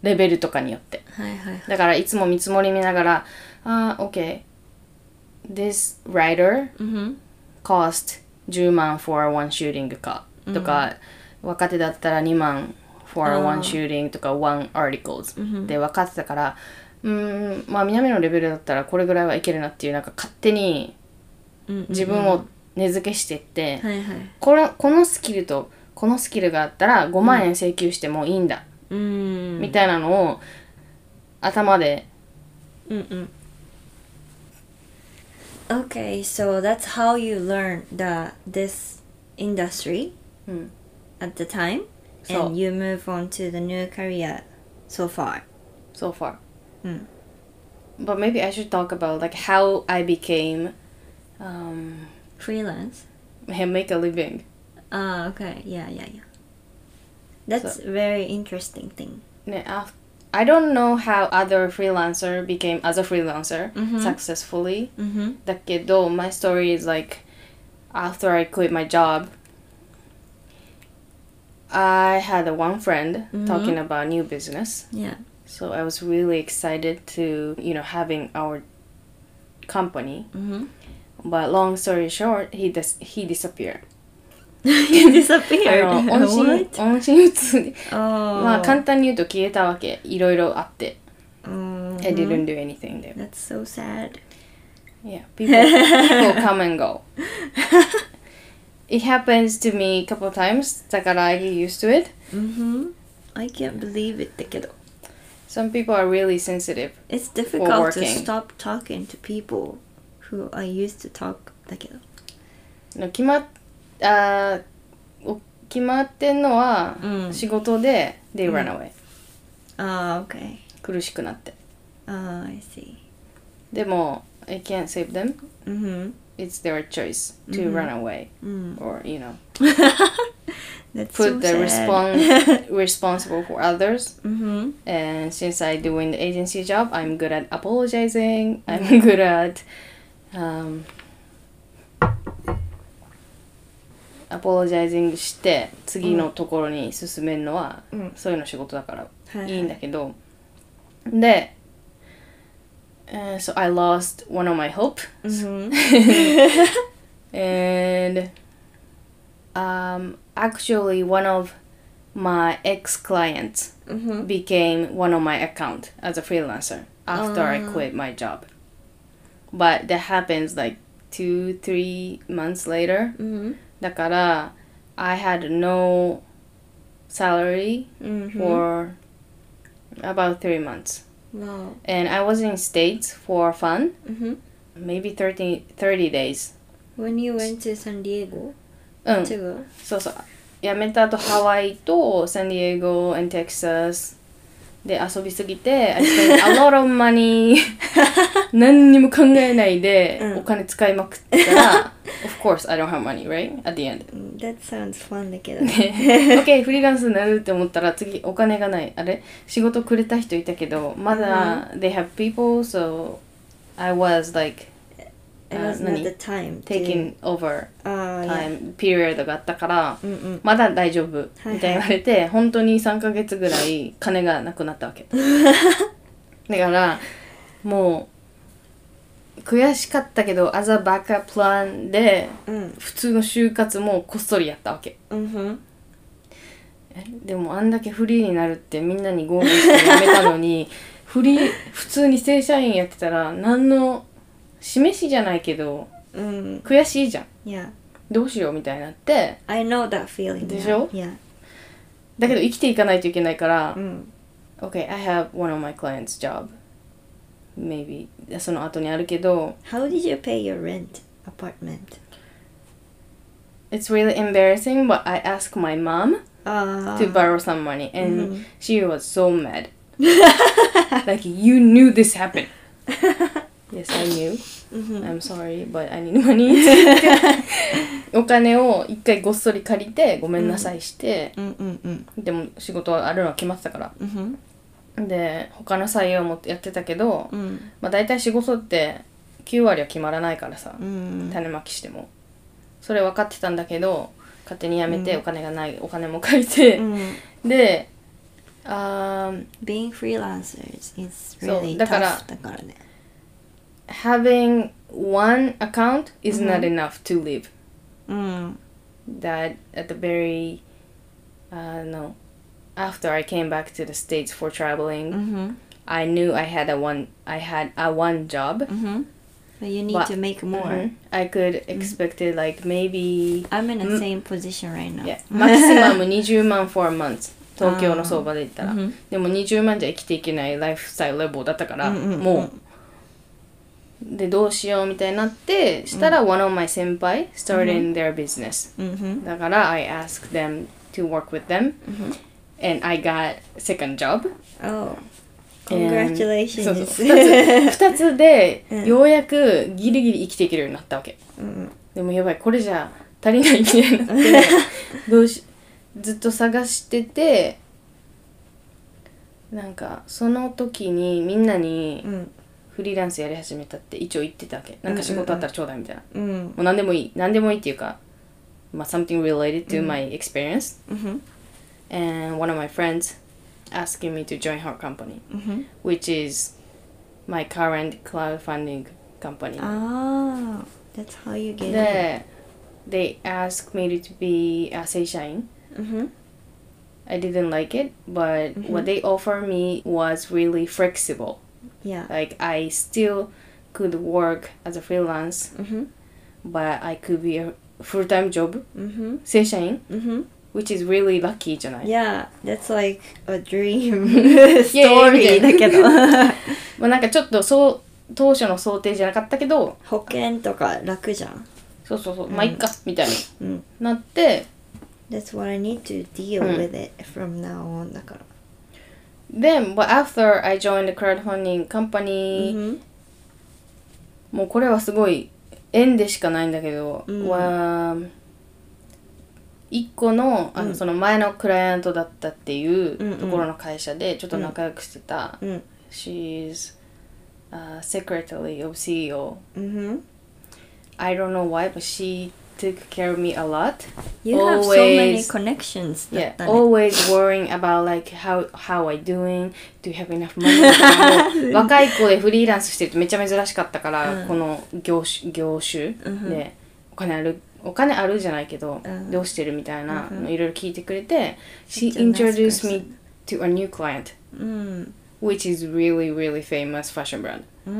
Speaker 2: レベルとかによって
Speaker 1: あ、はいはいはい。
Speaker 2: だからいつも見積もり見ながらあ OK this writer
Speaker 1: うん。
Speaker 2: cost 10万 for one shooting かとか、若手だったら2万 for
Speaker 1: あー
Speaker 2: one shooting とか one articles、
Speaker 1: うん
Speaker 2: で分かってたからうーんまあ南のレベルだったらこれぐらいはいけるなっていうなんか勝手に
Speaker 1: うん。
Speaker 2: 自分を根付けしてって、
Speaker 1: はいはい。
Speaker 2: これこのスキルとこのスキルがあったら5万円請求してもいいんだ、
Speaker 1: うん。
Speaker 2: みたいなのを頭で
Speaker 1: うんうん。Okay, so that's how you learn the this industry
Speaker 2: うん
Speaker 1: at the time,
Speaker 2: そう
Speaker 1: and you move on to the new career so far. Mm.
Speaker 2: so far
Speaker 1: うん
Speaker 2: but maybe I should talk about like how I became um,
Speaker 1: Freelance.
Speaker 2: and make a living
Speaker 1: Ah, okay. Yeah, yeah, yeah. That's very interesting thing.
Speaker 2: Ne- af- I don't know how other freelancer became as a freelancer
Speaker 1: Mhm.
Speaker 2: successfully.
Speaker 1: Mm-hmm.
Speaker 2: だけど my story is like after I quit my job, I had one friend
Speaker 1: Mhm.
Speaker 2: talking about new business.
Speaker 1: Yeah.
Speaker 2: So I was really excited to, you know, having our company.
Speaker 1: Mm-hmm.
Speaker 2: But long story short, he dis- he disappeared. Uh,
Speaker 1: you disappeared.
Speaker 2: あの音信
Speaker 1: What?
Speaker 2: 音信不通 で
Speaker 1: Oh.
Speaker 2: まあ簡単に言うと消えたわけ。いろいろあって。I
Speaker 1: Mhm.
Speaker 2: didn't do anything there.
Speaker 1: That's so sad.
Speaker 2: Yeah, people, people come and go. It happens to me a couple of times. だから I get used to it.
Speaker 1: Mm-hmm. I can't believe it. だけど
Speaker 2: Some people are really sensitive.
Speaker 1: It's difficult to
Speaker 2: working.
Speaker 1: stop talking to people who I used to talk だけど。
Speaker 2: の決まっあーお決まってんのは
Speaker 1: うん
Speaker 2: 仕事で、they run away、
Speaker 1: ああ、okay. ah,
Speaker 2: 苦しくなって。
Speaker 1: ああ、I see.
Speaker 2: でも I can't save them.
Speaker 1: うん。
Speaker 2: It's their choice to run away
Speaker 1: うん。
Speaker 2: or you know
Speaker 1: Mm. That's so
Speaker 2: put the
Speaker 1: sad.
Speaker 2: respon responsible for others.
Speaker 1: うん。
Speaker 2: and since I doing the agency job, I'm good at apologizing. I'm good at um, apologizing して次のところに進めるのは、
Speaker 1: うん
Speaker 2: そういうの仕事だから
Speaker 1: はいはい
Speaker 2: いいんだけど、で、uh, so I lost one of my hope
Speaker 1: うん。
Speaker 2: and um, actually one of my ex clients
Speaker 1: うん。
Speaker 2: became one of my account as a freelancer after I
Speaker 1: Ah.
Speaker 2: quit my job. But that happens like two, three months later.
Speaker 1: うん。
Speaker 2: から I had no salary
Speaker 1: うん。
Speaker 2: for about three months.
Speaker 1: Wow.
Speaker 2: And I was in States for fun,
Speaker 1: うん。
Speaker 2: maybe 30, 30 days. Mm.
Speaker 1: When you went to San Diego,
Speaker 2: うん、
Speaker 1: 違う
Speaker 2: そうそう。辞めた後ハワイとサンディエゴ and Texas で遊びすぎて I spent a lot of money 何にも考えないで
Speaker 1: うん
Speaker 2: お金使いまくったら of course I don't have money right at the end
Speaker 1: うん mm, That sounds fun だけ どね。
Speaker 2: で OK フリーランスになるって思ったら次お金がないあれ仕事くれた人いたけどまだ、they have people so I was like
Speaker 1: It
Speaker 2: あ
Speaker 1: was not
Speaker 2: 何
Speaker 1: the time. to- Ah,
Speaker 2: Uh, taking over
Speaker 1: ああ、いや。
Speaker 2: time period があったから
Speaker 1: うんうん。
Speaker 2: まだ大丈夫み
Speaker 1: は
Speaker 2: た
Speaker 1: い
Speaker 2: いに言われて、本当に3ヶ月ぐらい金がなくな ったわけだからもう悔しかったけど as a backup plan で
Speaker 1: うん。
Speaker 2: 普通の就活もこっそりやったわけ
Speaker 1: うんふん。
Speaker 2: えでもあんだけフリーになるってみんなに豪語して辞めたのに フリー普通に正社員やってたら何の示しじゃないけど
Speaker 1: うん。
Speaker 2: 悔しいじゃん
Speaker 1: Mm. Yeah.
Speaker 2: どうしようみたいになって
Speaker 1: I know that feeling.
Speaker 2: でしょ
Speaker 1: Yeah. Mm.
Speaker 2: だけど生きていかないといけないから、
Speaker 1: うん。
Speaker 2: Okay, I have one of my clients' job. Maybe その後にあるけど、
Speaker 1: How did you pay your rent apartment?
Speaker 2: It's really embarrassing, but I asked my mom
Speaker 1: ああ。
Speaker 2: to borrow some money, and
Speaker 1: Mhm.
Speaker 2: she was so mad. like you knew this happened. yes, I knew.
Speaker 1: うんふん。
Speaker 2: I'm sorry, but I need money. お金を一回ごっそり借りてごめんなさいして、
Speaker 1: うんうんうん。
Speaker 2: でも仕事はあるのは決まってたから。
Speaker 1: うんふん。
Speaker 2: で他の採用もやってたけど、
Speaker 1: うん。
Speaker 2: まあ、大体仕事って9割は決まらないからさ、
Speaker 1: うん。
Speaker 2: 種まきしてもそれ分かってたんだけど勝手にやめて
Speaker 1: うん
Speaker 2: お金がない、お金も借りて
Speaker 1: う、ん。
Speaker 2: であー
Speaker 1: Mm. Being freelancers is
Speaker 2: そう
Speaker 1: really
Speaker 2: だから
Speaker 1: tough だからね。
Speaker 2: having one account is not enough to live
Speaker 1: うん。
Speaker 2: that at the very uh, no after I came back to the states for
Speaker 1: うん
Speaker 2: traveling
Speaker 1: ふん。
Speaker 2: I knew I had a one I had a one job
Speaker 1: うんふん。But Mm-hmm. you need
Speaker 2: But-
Speaker 1: to make more.
Speaker 2: Mhm. I could expect it like maybe
Speaker 1: I'm in the
Speaker 2: うん
Speaker 1: same position right now.
Speaker 2: いやマキシマム20万 for a month 東京の相場で言ったら、
Speaker 1: あーうん
Speaker 2: でも20万じゃ生きていけないライフスタイルレベルだったから、
Speaker 1: うんうんうん
Speaker 2: もうでどうしようみたいになってしたら、one of my 先輩 started their business、
Speaker 1: うんふん。
Speaker 2: だから I asked them to work with them、and I got second job
Speaker 1: Mm-hmm. Oh,
Speaker 2: And-
Speaker 1: congratulations.
Speaker 2: そうそう2つ二つで
Speaker 1: うん
Speaker 2: ようやくギリギリ生きていけるようになったわけ、
Speaker 1: うん
Speaker 2: でもやばいこれじゃ足りないみたいになってどうしずっと探しててなんかその時にみんなに
Speaker 1: うん
Speaker 2: フリーランスやり始めたって一応言ってたわけなんか仕事あったらちょうだいみたいな、
Speaker 1: うん
Speaker 2: もう何でもいい何でもいいっていうか、まあ、something related to my experience、
Speaker 1: うん。
Speaker 2: and one of my friends asking me to join her company
Speaker 1: うん。
Speaker 2: which is my current crowdfunding company
Speaker 1: ああ、that's how you get it.
Speaker 2: で they asked me to be a 正社員
Speaker 1: うん。
Speaker 2: I didn't like it, but
Speaker 1: Mhm.
Speaker 2: what they offered me was really flexible.
Speaker 1: Yeah.
Speaker 2: Like I still could work as a freelance,
Speaker 1: うん。
Speaker 2: but I could be a full-time job,
Speaker 1: うん。
Speaker 2: session,
Speaker 1: うん。
Speaker 2: which is really lucky, じゃない
Speaker 1: Yeah, that's like a dream
Speaker 2: み
Speaker 1: story
Speaker 2: た
Speaker 1: だ
Speaker 2: い
Speaker 1: けど。
Speaker 2: まあなんかちょっとそう当初の想定じゃなかったけど、
Speaker 1: 保険とか楽じゃん。
Speaker 2: そうそうそう、まあいっかみたいに
Speaker 1: うん。
Speaker 2: なって、
Speaker 1: That's what I need to deal
Speaker 2: うん
Speaker 1: with it from now on だから。
Speaker 2: then but after I joined the crowdfunding
Speaker 1: う
Speaker 2: company、
Speaker 1: ん。
Speaker 2: もうこれはすごい縁でしかないんだけど、
Speaker 1: うん
Speaker 2: は一個のあの、
Speaker 1: うん
Speaker 2: その前のクライアントだったっていう
Speaker 1: うんうん
Speaker 2: ところの会社でちょっと仲良くしてた、
Speaker 1: うん。
Speaker 2: She's a secretary of CEO
Speaker 1: うん。
Speaker 2: I don't know why but she took care of me a lot
Speaker 1: You have so many
Speaker 2: Always-
Speaker 1: connections だ
Speaker 2: yeah
Speaker 1: ったね。
Speaker 2: always worrying about like how how I doing do you have enough money とか も若い子でフリーランスしてるとめちゃ珍しかったから、
Speaker 1: うん
Speaker 2: この業種業種
Speaker 1: うんふん
Speaker 2: でお金あるお金あるじゃないけど、
Speaker 1: うん
Speaker 2: どうしてるみたいな
Speaker 1: うんう
Speaker 2: の
Speaker 1: ん
Speaker 2: いろいろ聞いてくれて、
Speaker 1: め
Speaker 2: she
Speaker 1: っちゃナイス
Speaker 2: introduced me
Speaker 1: person
Speaker 2: to a new client
Speaker 1: うん。
Speaker 2: which is really really famous fashion brand、
Speaker 1: う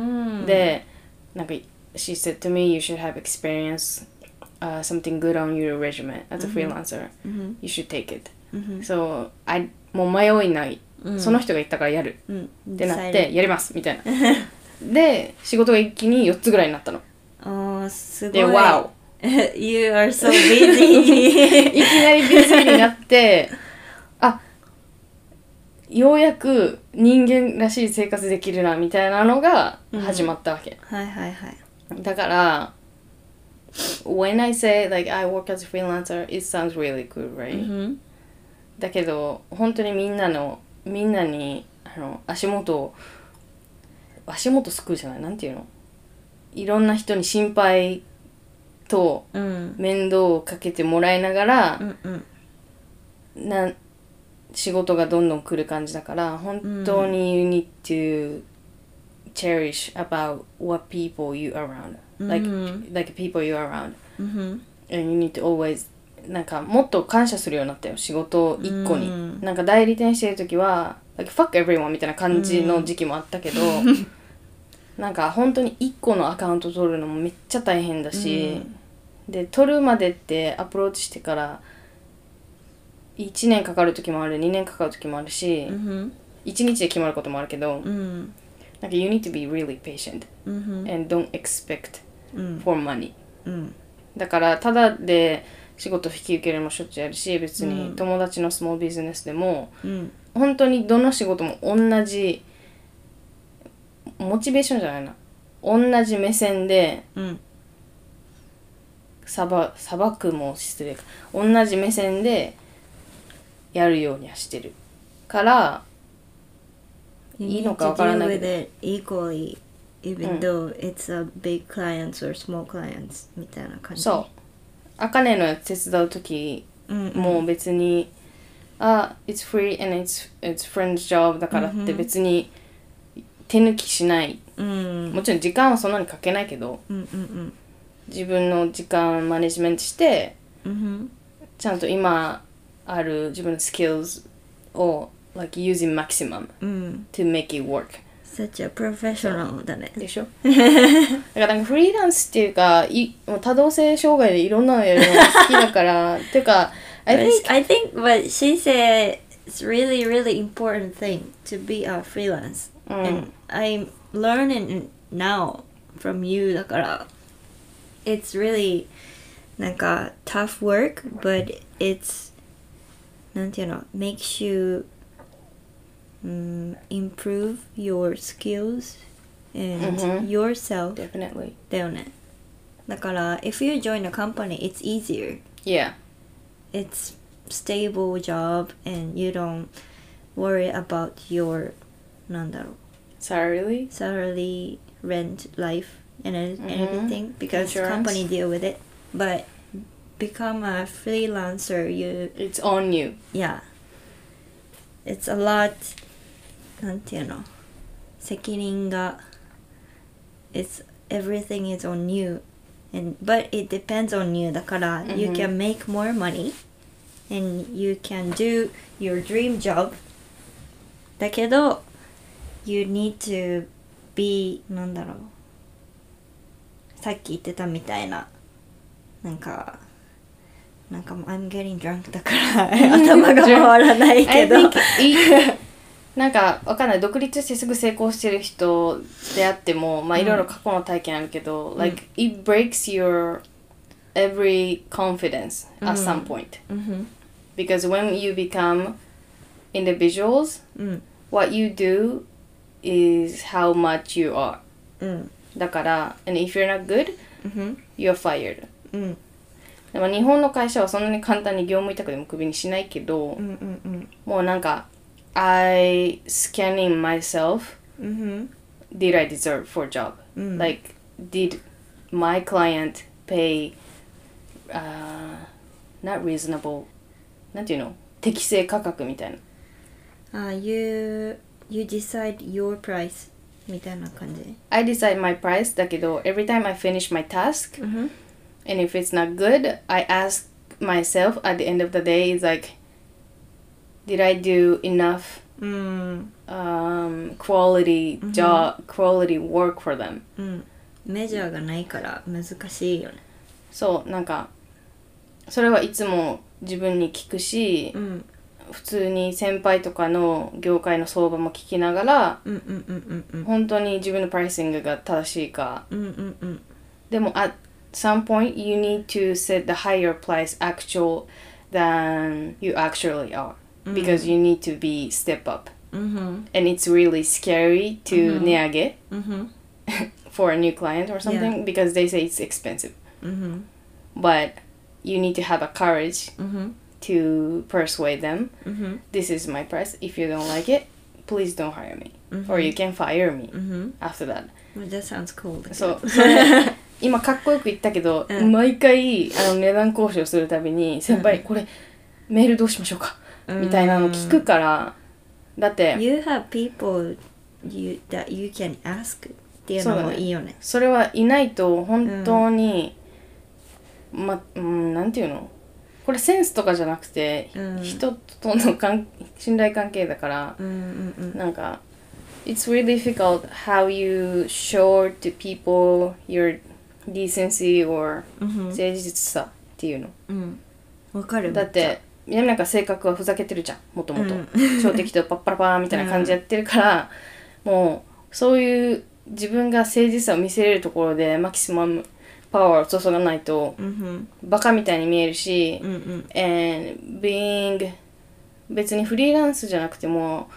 Speaker 1: ん。
Speaker 2: でなんか she said to me you should have experience、uh, something good on your resume as a
Speaker 1: うん
Speaker 2: freelancer、
Speaker 1: うん。
Speaker 2: you should take it
Speaker 1: うん
Speaker 2: so I もう迷いない、
Speaker 1: うん。
Speaker 2: その人が言ったからやる
Speaker 1: うん。
Speaker 2: ってなってやりますみたいなで仕事が一気に4つぐらいになったの
Speaker 1: ああ、すごい。
Speaker 2: で「わお
Speaker 1: Uh, you are so busy.
Speaker 2: いきなりビジーになってあようやく人間らしい生活できるなみたいなのが
Speaker 1: うん
Speaker 2: 始まったわけ、
Speaker 1: はいはいはい
Speaker 2: だから When I say like I work as a freelancer it sounds really good right、
Speaker 1: うん
Speaker 2: だけど本当にみんなのみんなにあの足元を足元すくうじゃないなんていうのいろんな人に心配と
Speaker 1: うん
Speaker 2: 面倒をかけてもらいながら
Speaker 1: う、んうん
Speaker 2: な仕事がどんどん来る感じだから本当に you need to cherish about what people you around like、
Speaker 1: うん
Speaker 2: like people you around
Speaker 1: うん、
Speaker 2: and you need to always なんかもっと感謝するようになったよ仕事一個に、
Speaker 1: うん
Speaker 2: なんか代理店してる時は like fuck everyone みたいな感じの時期もあったけど、なんか本当に一個のアカウント取るのもめっちゃ大変だし、で取るまでってアプローチしてから1年かかる時もある2年かかる時もあるし、
Speaker 1: うん
Speaker 2: 一1日で決まることもあるけど、
Speaker 1: うん
Speaker 2: なんか you need to be really patient
Speaker 1: うん、
Speaker 2: and don't expect
Speaker 1: うん
Speaker 2: for money
Speaker 1: うん
Speaker 2: だからただで仕事引き受けるのもしょっちゅうやるし別
Speaker 1: う
Speaker 2: に
Speaker 1: ん
Speaker 2: 友達のスモールビジネスでも
Speaker 1: うん
Speaker 2: 本当にどの仕事も同じモチベーションじゃないな同じ目線で
Speaker 1: うん
Speaker 2: さばさばくも失礼か同じ目線でやるようにはしてるからいいのかわからないけど
Speaker 1: You need to deal with it equally, even
Speaker 2: うん
Speaker 1: though it's a big clients or small clients みたいな感じ
Speaker 2: そうあかねの手伝う時
Speaker 1: うん、うん、
Speaker 2: もう別に、あ、it's free and it's, it's friend's job だからっ
Speaker 1: うんう
Speaker 2: て
Speaker 1: ん
Speaker 2: 別に手抜きしない。
Speaker 1: うん
Speaker 2: もちろん時間はそんなにかけないけど、
Speaker 1: うんうん
Speaker 2: 自分の時間マネジメントして、
Speaker 1: うんうん
Speaker 2: ちゃんと今ある自分のスキルを、like using maximum
Speaker 1: うん
Speaker 2: to make it
Speaker 1: Mm.
Speaker 2: work。
Speaker 1: such a professional だ ね
Speaker 2: でしょだからなんかフリーランスっていうか、いもう多動性障害でいろんなのやるのが好きだから、ってい うか、I
Speaker 1: But
Speaker 2: think
Speaker 1: I think what she said is really really important thing to be a freelance、
Speaker 2: うん
Speaker 1: and I'm learning now from you だから it's really なんか tough work but it's なんていうの makes you、um, improve your skills and
Speaker 2: うんうん
Speaker 1: yourself
Speaker 2: definitely.
Speaker 1: だよねだから if you join a company it's easier
Speaker 2: Yeah.
Speaker 1: it's stable job and you don't worry about your なんだろう
Speaker 2: Sorry?
Speaker 1: salary rent life and e-
Speaker 2: Mhm.
Speaker 1: everything because
Speaker 2: Insurance.
Speaker 1: company deal with it but become a freelancer you
Speaker 2: It's on you.
Speaker 1: yeah it's a lot なんていうの責任が it's everything is on you and but it depends on you だから、you
Speaker 2: うんうん
Speaker 1: can make more money and you can do your dream job だけど you need to be なんだろうさっき言ってたみたいななんかなんかもう I'm getting drunk だから 頭が回らないけど
Speaker 2: I think いい なんかわかんない独立してすぐ成功してる人であってもまあ
Speaker 1: うん
Speaker 2: いろいろ過去の体験あるけど、
Speaker 1: ん
Speaker 2: like it breaks your every confidence
Speaker 1: うん
Speaker 2: at some point、
Speaker 1: うん、
Speaker 2: because when you become individuals
Speaker 1: うん、
Speaker 2: what you do is how much you are
Speaker 1: うん、
Speaker 2: だから and if you're not good
Speaker 1: うん、
Speaker 2: you're fired
Speaker 1: うん、
Speaker 2: でも日本の会社はそんなに簡単に業務委託でもクビにしないけど、
Speaker 1: うん、うん、
Speaker 2: もうなんか I scanning myself
Speaker 1: うん、
Speaker 2: did I deserve for job、
Speaker 1: うん、
Speaker 2: like did my client pay、uh, not reasonable なんていうの適正価格みたいな
Speaker 1: uh, you you decide your price みたいな感じ。
Speaker 2: I decide my price だけど every time I finish my task
Speaker 1: うん
Speaker 2: and if it's not good I ask myself at the end of the day is like did I do enough
Speaker 1: うん、
Speaker 2: um, quality job quality work for them
Speaker 1: うん、メジャーがないから難しいよね。
Speaker 2: そうなんかそれはいつも自分に聞くし、
Speaker 1: うん、
Speaker 2: 普通に先輩とかの業界の相場も聞きながら
Speaker 1: うん、うん、うん、うん、
Speaker 2: 本当に自分のプライシングが正しいか
Speaker 1: うん、うん、うん、
Speaker 2: でも at some point you need to set the higher price actual than you actually are because you need to be step up
Speaker 1: Mm-hmm.
Speaker 2: and it's really scary
Speaker 1: Mhm.
Speaker 2: to neage
Speaker 1: Mm-hmm.
Speaker 2: for a new client or something because they say it's expensive.
Speaker 1: Mm-hmm.
Speaker 2: But you need to have a courage
Speaker 1: Mm-hmm.
Speaker 2: to persuade them.
Speaker 1: Mm-hmm.
Speaker 2: This is my price. If you don't like it, please don't hire me, or you can fire me
Speaker 1: Mm-hmm.
Speaker 2: after that.
Speaker 1: Well, that sounds cool.
Speaker 2: そうそれ 今かっこよく言ったけど、
Speaker 1: うん
Speaker 2: 毎回あの値段交渉するたびに先輩、これメールどうしましょうか、
Speaker 1: Mm.
Speaker 2: みたいなの聞くからだって。
Speaker 1: You have people you that you can ask っていうのもいいよね。
Speaker 2: それはいないと本当に、まうんなんていうのこれセンスとかじゃなくて、
Speaker 1: うん
Speaker 2: 人との関信頼関係だから、
Speaker 1: うんうん
Speaker 2: なんか It's really difficult how you show to people your decency or
Speaker 1: うんうん
Speaker 2: 誠実さっていうの、
Speaker 1: うん。わかる。
Speaker 2: だって南なんか性格はふざけてるじゃんもともと
Speaker 1: うん
Speaker 2: 超適当パッパラパーみたいな感じやってるから、もうそういう自分が誠実さを見せれるところでマキシマムパワーを注がないと
Speaker 1: うん
Speaker 2: バカみたいに見えるし
Speaker 1: うんう、ん
Speaker 2: and being 別にフリーランスじゃなくても、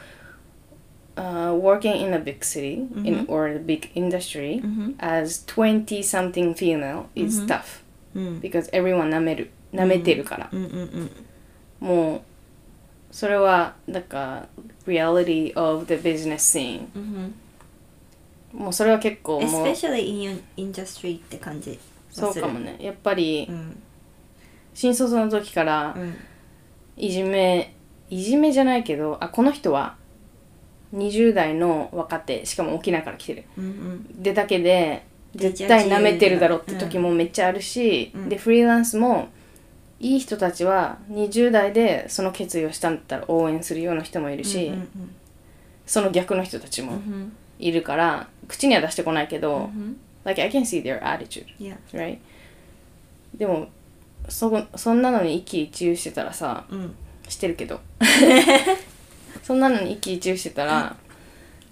Speaker 2: uh, working in a big city、in,
Speaker 1: うん
Speaker 2: or a big industry、
Speaker 1: うん
Speaker 2: as 20 something female is
Speaker 1: うん
Speaker 2: tough
Speaker 1: うん
Speaker 2: because everyone なめるなめてるから、
Speaker 1: うんうんうん
Speaker 2: もうそれはなんか reality of the business scene
Speaker 1: うん
Speaker 2: もうそれは結構もう
Speaker 1: especially in your industry って感じ
Speaker 2: そうかもねやっぱ
Speaker 1: う
Speaker 2: り
Speaker 1: ん
Speaker 2: 新卒の時から
Speaker 1: うん
Speaker 2: いじめいじめじゃないけどあこの人は20代の若手しかも沖縄から来てる
Speaker 1: うん
Speaker 2: でだけで
Speaker 1: で
Speaker 2: 絶対舐めてるだろって時もめっちゃあるし、
Speaker 1: うん
Speaker 2: でフリーランスもいい人たちは20代でその決意をしたんだったら応援するような人もいるし、
Speaker 1: うん
Speaker 2: その逆の人たち
Speaker 1: う
Speaker 2: も
Speaker 1: ん
Speaker 2: いるから口には出してこないけ
Speaker 1: う
Speaker 2: ど、
Speaker 1: ん
Speaker 2: like I can see their attitude
Speaker 1: yeah
Speaker 2: right でもそこそんなのに一喜一憂してたらさ
Speaker 1: うん
Speaker 2: してるけ どそんなのに一喜一憂してたら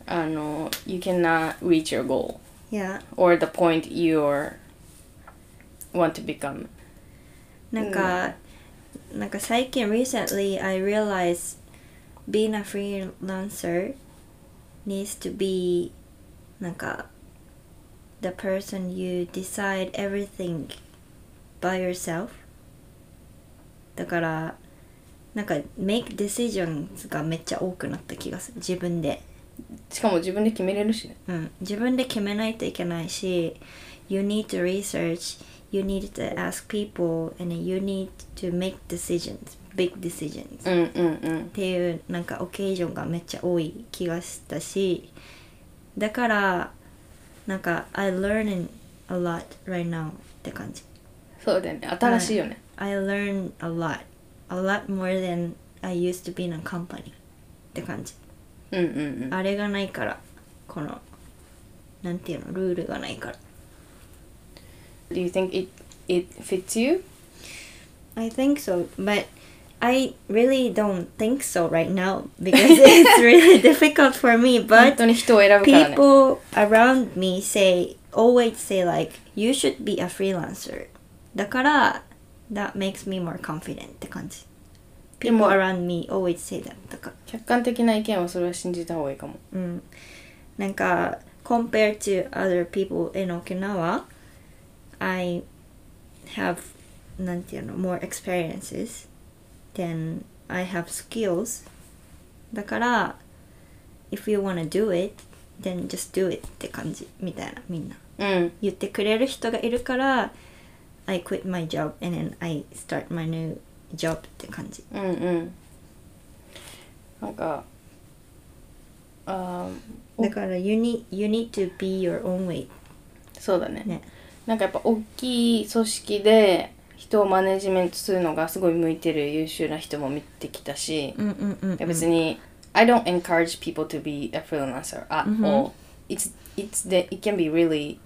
Speaker 2: あの you cannot reach your goal
Speaker 1: yeah
Speaker 2: or the point you're want to become
Speaker 1: なんか、なんか最近 recently I realized being a freelancer needs to be なんか the person you decide everything by yourself だからなんか make decisions がめっちゃ多くなった気がする自分で
Speaker 2: しかも自分で決めれるしね
Speaker 1: うん、自分で決めないといけないし You need to research You need to ask people And then you need to make decisions Big decisions、
Speaker 2: う
Speaker 1: っ
Speaker 2: んうん
Speaker 1: ていうなんかオケージョンがめっちゃ多い気がしたしだからなんか I learn a lot right now って感じ
Speaker 2: そうだよね新しいよね、
Speaker 1: I learn a lot A lot more than I used to be in a company って感じ
Speaker 2: うんうんうん
Speaker 1: あれがないからこのなんていうのルールがないから
Speaker 2: Do you think it it fits you?
Speaker 1: I think so, but I really don't think so right now because it's really difficult for me.
Speaker 2: 本
Speaker 1: But
Speaker 2: 当に人を選ぶからね
Speaker 1: people around me say always say like you should be a freelancer. だから that makes me more confident って感じ。
Speaker 2: でも
Speaker 1: People around me always say that だから。
Speaker 2: 客観的な意見はそれは信じた方がいいかも
Speaker 1: うん、なんか compared to other people in Okinawa I have なんていうの more experiences than I have skills だから if you wanna do it then just do it って感じみたいなみんな
Speaker 2: うん
Speaker 1: 言ってくれる人がいるから I quit my job and then I start my new job って感じ
Speaker 2: うんうんなんかあーお
Speaker 1: だから you need, you need to be your own way
Speaker 2: そうだね
Speaker 1: ね
Speaker 2: なんかやっぱ大きい組織で人をマネジメントするのがすごい向いてる優秀な人も見てきたし、
Speaker 1: うんうんうん、うん、
Speaker 2: 別に I don't encourage people to be a freelancer at
Speaker 1: うん
Speaker 2: all、it's, it's the, it can be really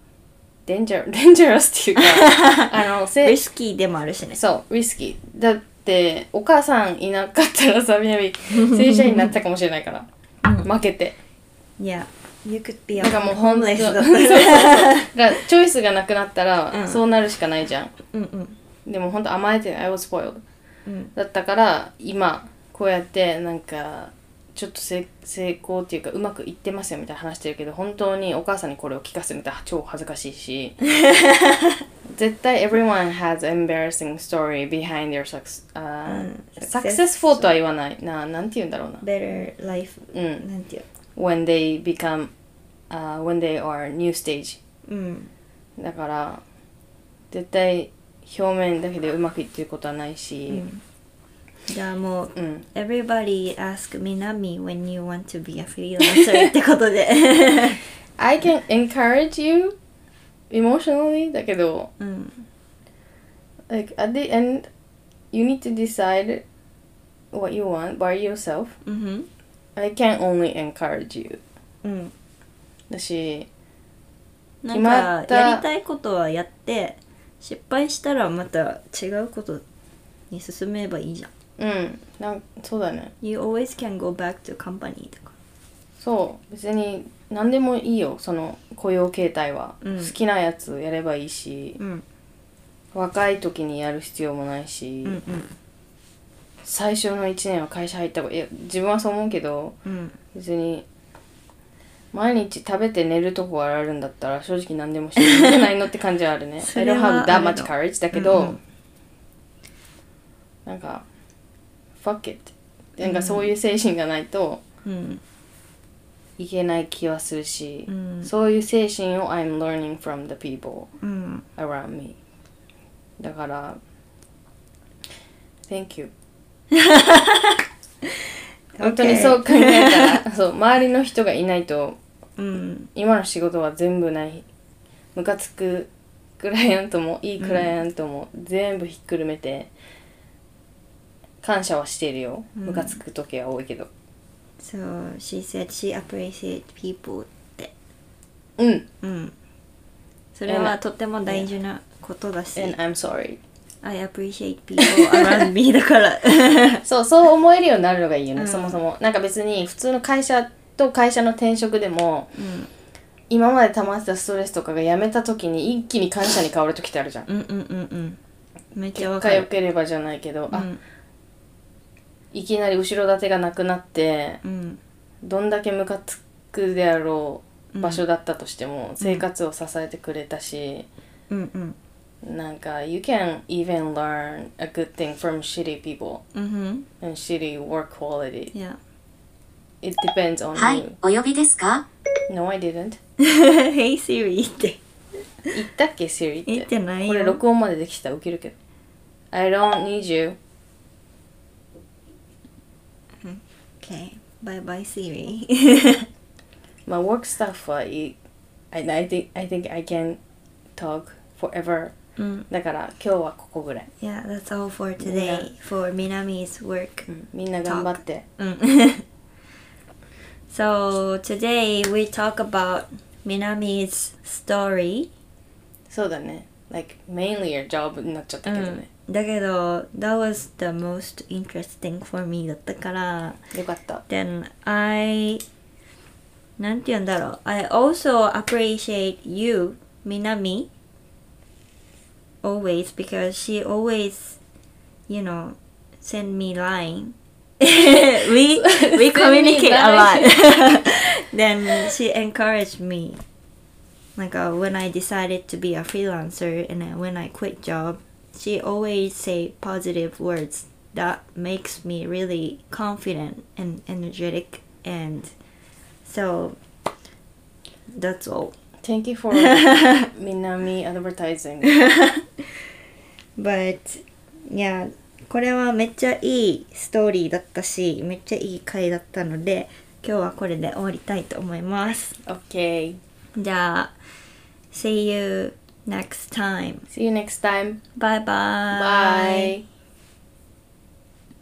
Speaker 2: danger, dangerous っていう かあのせ
Speaker 1: リスキーでもあるしね。
Speaker 2: そう、リスキー。だって、お母さんいなかったらさ、みなみ、正社員になってたかもしれないから。負けて。
Speaker 1: いや、You could be a
Speaker 2: だからもう本当
Speaker 1: homeless
Speaker 2: そ
Speaker 1: だ
Speaker 2: う
Speaker 1: っ
Speaker 2: そう
Speaker 1: た
Speaker 2: そう
Speaker 1: ら。
Speaker 2: だからチョイスがなくなった
Speaker 1: う
Speaker 2: ら、
Speaker 1: ん
Speaker 2: そうなるしかないじゃん。
Speaker 1: うんうん
Speaker 2: でも本当甘えてない、I was spoiled。
Speaker 1: うん
Speaker 2: だったから、今、こうやって、なんか、ちょっとせ成功っていうかうまくいってますよみたいな話してるけど本当にお母さんにこれを聞かせるみたいな超恥ずかしい し絶対 everyone has embarrassing story behind their success、
Speaker 1: う
Speaker 2: uh,
Speaker 1: ん
Speaker 2: successful とは言わないななんて言うんだろうな
Speaker 1: better life
Speaker 2: うん
Speaker 1: なんていう
Speaker 2: when they become、uh, when they are new stage
Speaker 1: うん
Speaker 2: だから絶対表面だけでうまくいってることはないし
Speaker 1: じゃあもう
Speaker 2: うん、
Speaker 1: everybody ask Minami when you want to be a freelancer ってことで
Speaker 2: I can encourage you emotionally だけど
Speaker 1: うん
Speaker 2: like at the end you need to decide what you want by yourself
Speaker 1: うん
Speaker 2: I can only encourage you
Speaker 1: うん
Speaker 2: だし
Speaker 1: な
Speaker 2: 決
Speaker 1: ん
Speaker 2: まっ
Speaker 1: か
Speaker 2: た
Speaker 1: やりたいことはやって失敗したらまた違うことに進めばいいじゃん
Speaker 2: うんなんそうだね
Speaker 1: You always can go back to company とか
Speaker 2: そう別に何でもいいよその雇用形態は、
Speaker 1: うん
Speaker 2: 好きなやつやればいいし
Speaker 1: うん
Speaker 2: 若い時にやる必要もないし、
Speaker 1: うんうん
Speaker 2: 最初の1年は会社入った方がいや自分はそう思うけど
Speaker 1: うん
Speaker 2: 別に毎日食べて寝るとこがあるんだったら正直何でもしていいんじゃないのって感じはある ね
Speaker 1: そ
Speaker 2: I
Speaker 1: れ
Speaker 2: don't
Speaker 1: は
Speaker 2: have
Speaker 1: あ
Speaker 2: that
Speaker 1: るの
Speaker 2: much courage だけど、
Speaker 1: うんうん
Speaker 2: なんか fuck it なんかそういう精神がないと
Speaker 1: うん
Speaker 2: いけない気はするし、
Speaker 1: うん
Speaker 2: そういう精神を I'm learning from the people
Speaker 1: うん
Speaker 2: around me だから Thank you 本当にそう考えたら そう周りの人がいないと
Speaker 1: うん
Speaker 2: 今の仕事は全部ないムカつくクライアントもいいクライアントも全部ひっくるめて感謝はしてるよ、
Speaker 1: うん
Speaker 2: ムカつく時は多いけど
Speaker 1: So she said she appreciate people って
Speaker 2: うん
Speaker 1: うんそれはとても大事なことだし
Speaker 2: and I'm sorry
Speaker 1: I appreciate people around me だから
Speaker 2: そうそう思えるようになるのがいいよね、
Speaker 1: うん
Speaker 2: そもそもなんか別に普通の会社と会社の転職でも
Speaker 1: うん
Speaker 2: 今まで溜まってたストレスとかがやめた時に一気に感謝に変わる時ってあるじゃん
Speaker 1: うんうんうんうんめっちゃわ
Speaker 2: 結
Speaker 1: か
Speaker 2: 果良
Speaker 1: る
Speaker 2: ければじゃないけど、
Speaker 1: う
Speaker 2: あ
Speaker 1: ん
Speaker 2: いきなり後ろ盾がなくなって
Speaker 1: うん
Speaker 2: どんだけムカつくであろう場所だったとしても、生活を支えてくれたし、
Speaker 1: うんうん
Speaker 2: なんか you can even learn a good thing from shitty people
Speaker 1: うんうん
Speaker 2: and shitty work quality
Speaker 1: Yeah
Speaker 2: it depends on
Speaker 3: はい
Speaker 2: you、
Speaker 3: お呼びですか
Speaker 2: no I didn't
Speaker 1: Hey Siri って
Speaker 2: 言ったっけ Siri って
Speaker 1: 言ってないよ
Speaker 2: これ録音までできたらウケるけど I don't need you
Speaker 1: Okay Bye bye Siri
Speaker 2: my work stuff は I, I, I think, I think I can talk forever
Speaker 1: うん
Speaker 2: だから今日はここぐらい、
Speaker 1: Yeah that's all for today for Minami's work
Speaker 2: みんな頑張って
Speaker 1: うん。so today we talk about Minami's story.
Speaker 2: そうだね like mainly your job になっちゃったけどね、
Speaker 1: だけど that was the most interesting for me だったから
Speaker 2: よかった
Speaker 1: then I なんて言うんだろう I also appreciate you Minami always because she always you know send me line we we
Speaker 2: Send me
Speaker 1: communicate a lot
Speaker 2: line.
Speaker 1: then she encouraged me like uh, when I decided to be a freelancer and then when I quit job she always say positive words that makes me really confident and energetic and so that's all
Speaker 2: Thank you for Minami advertising
Speaker 1: but yeah これはめっちゃいいストーリーだったしめっちゃいい回だったので今日はこれで終わりたいと思います
Speaker 2: Okay
Speaker 1: じゃあ See you next time
Speaker 2: See you next time
Speaker 1: Bye bye
Speaker 2: Bye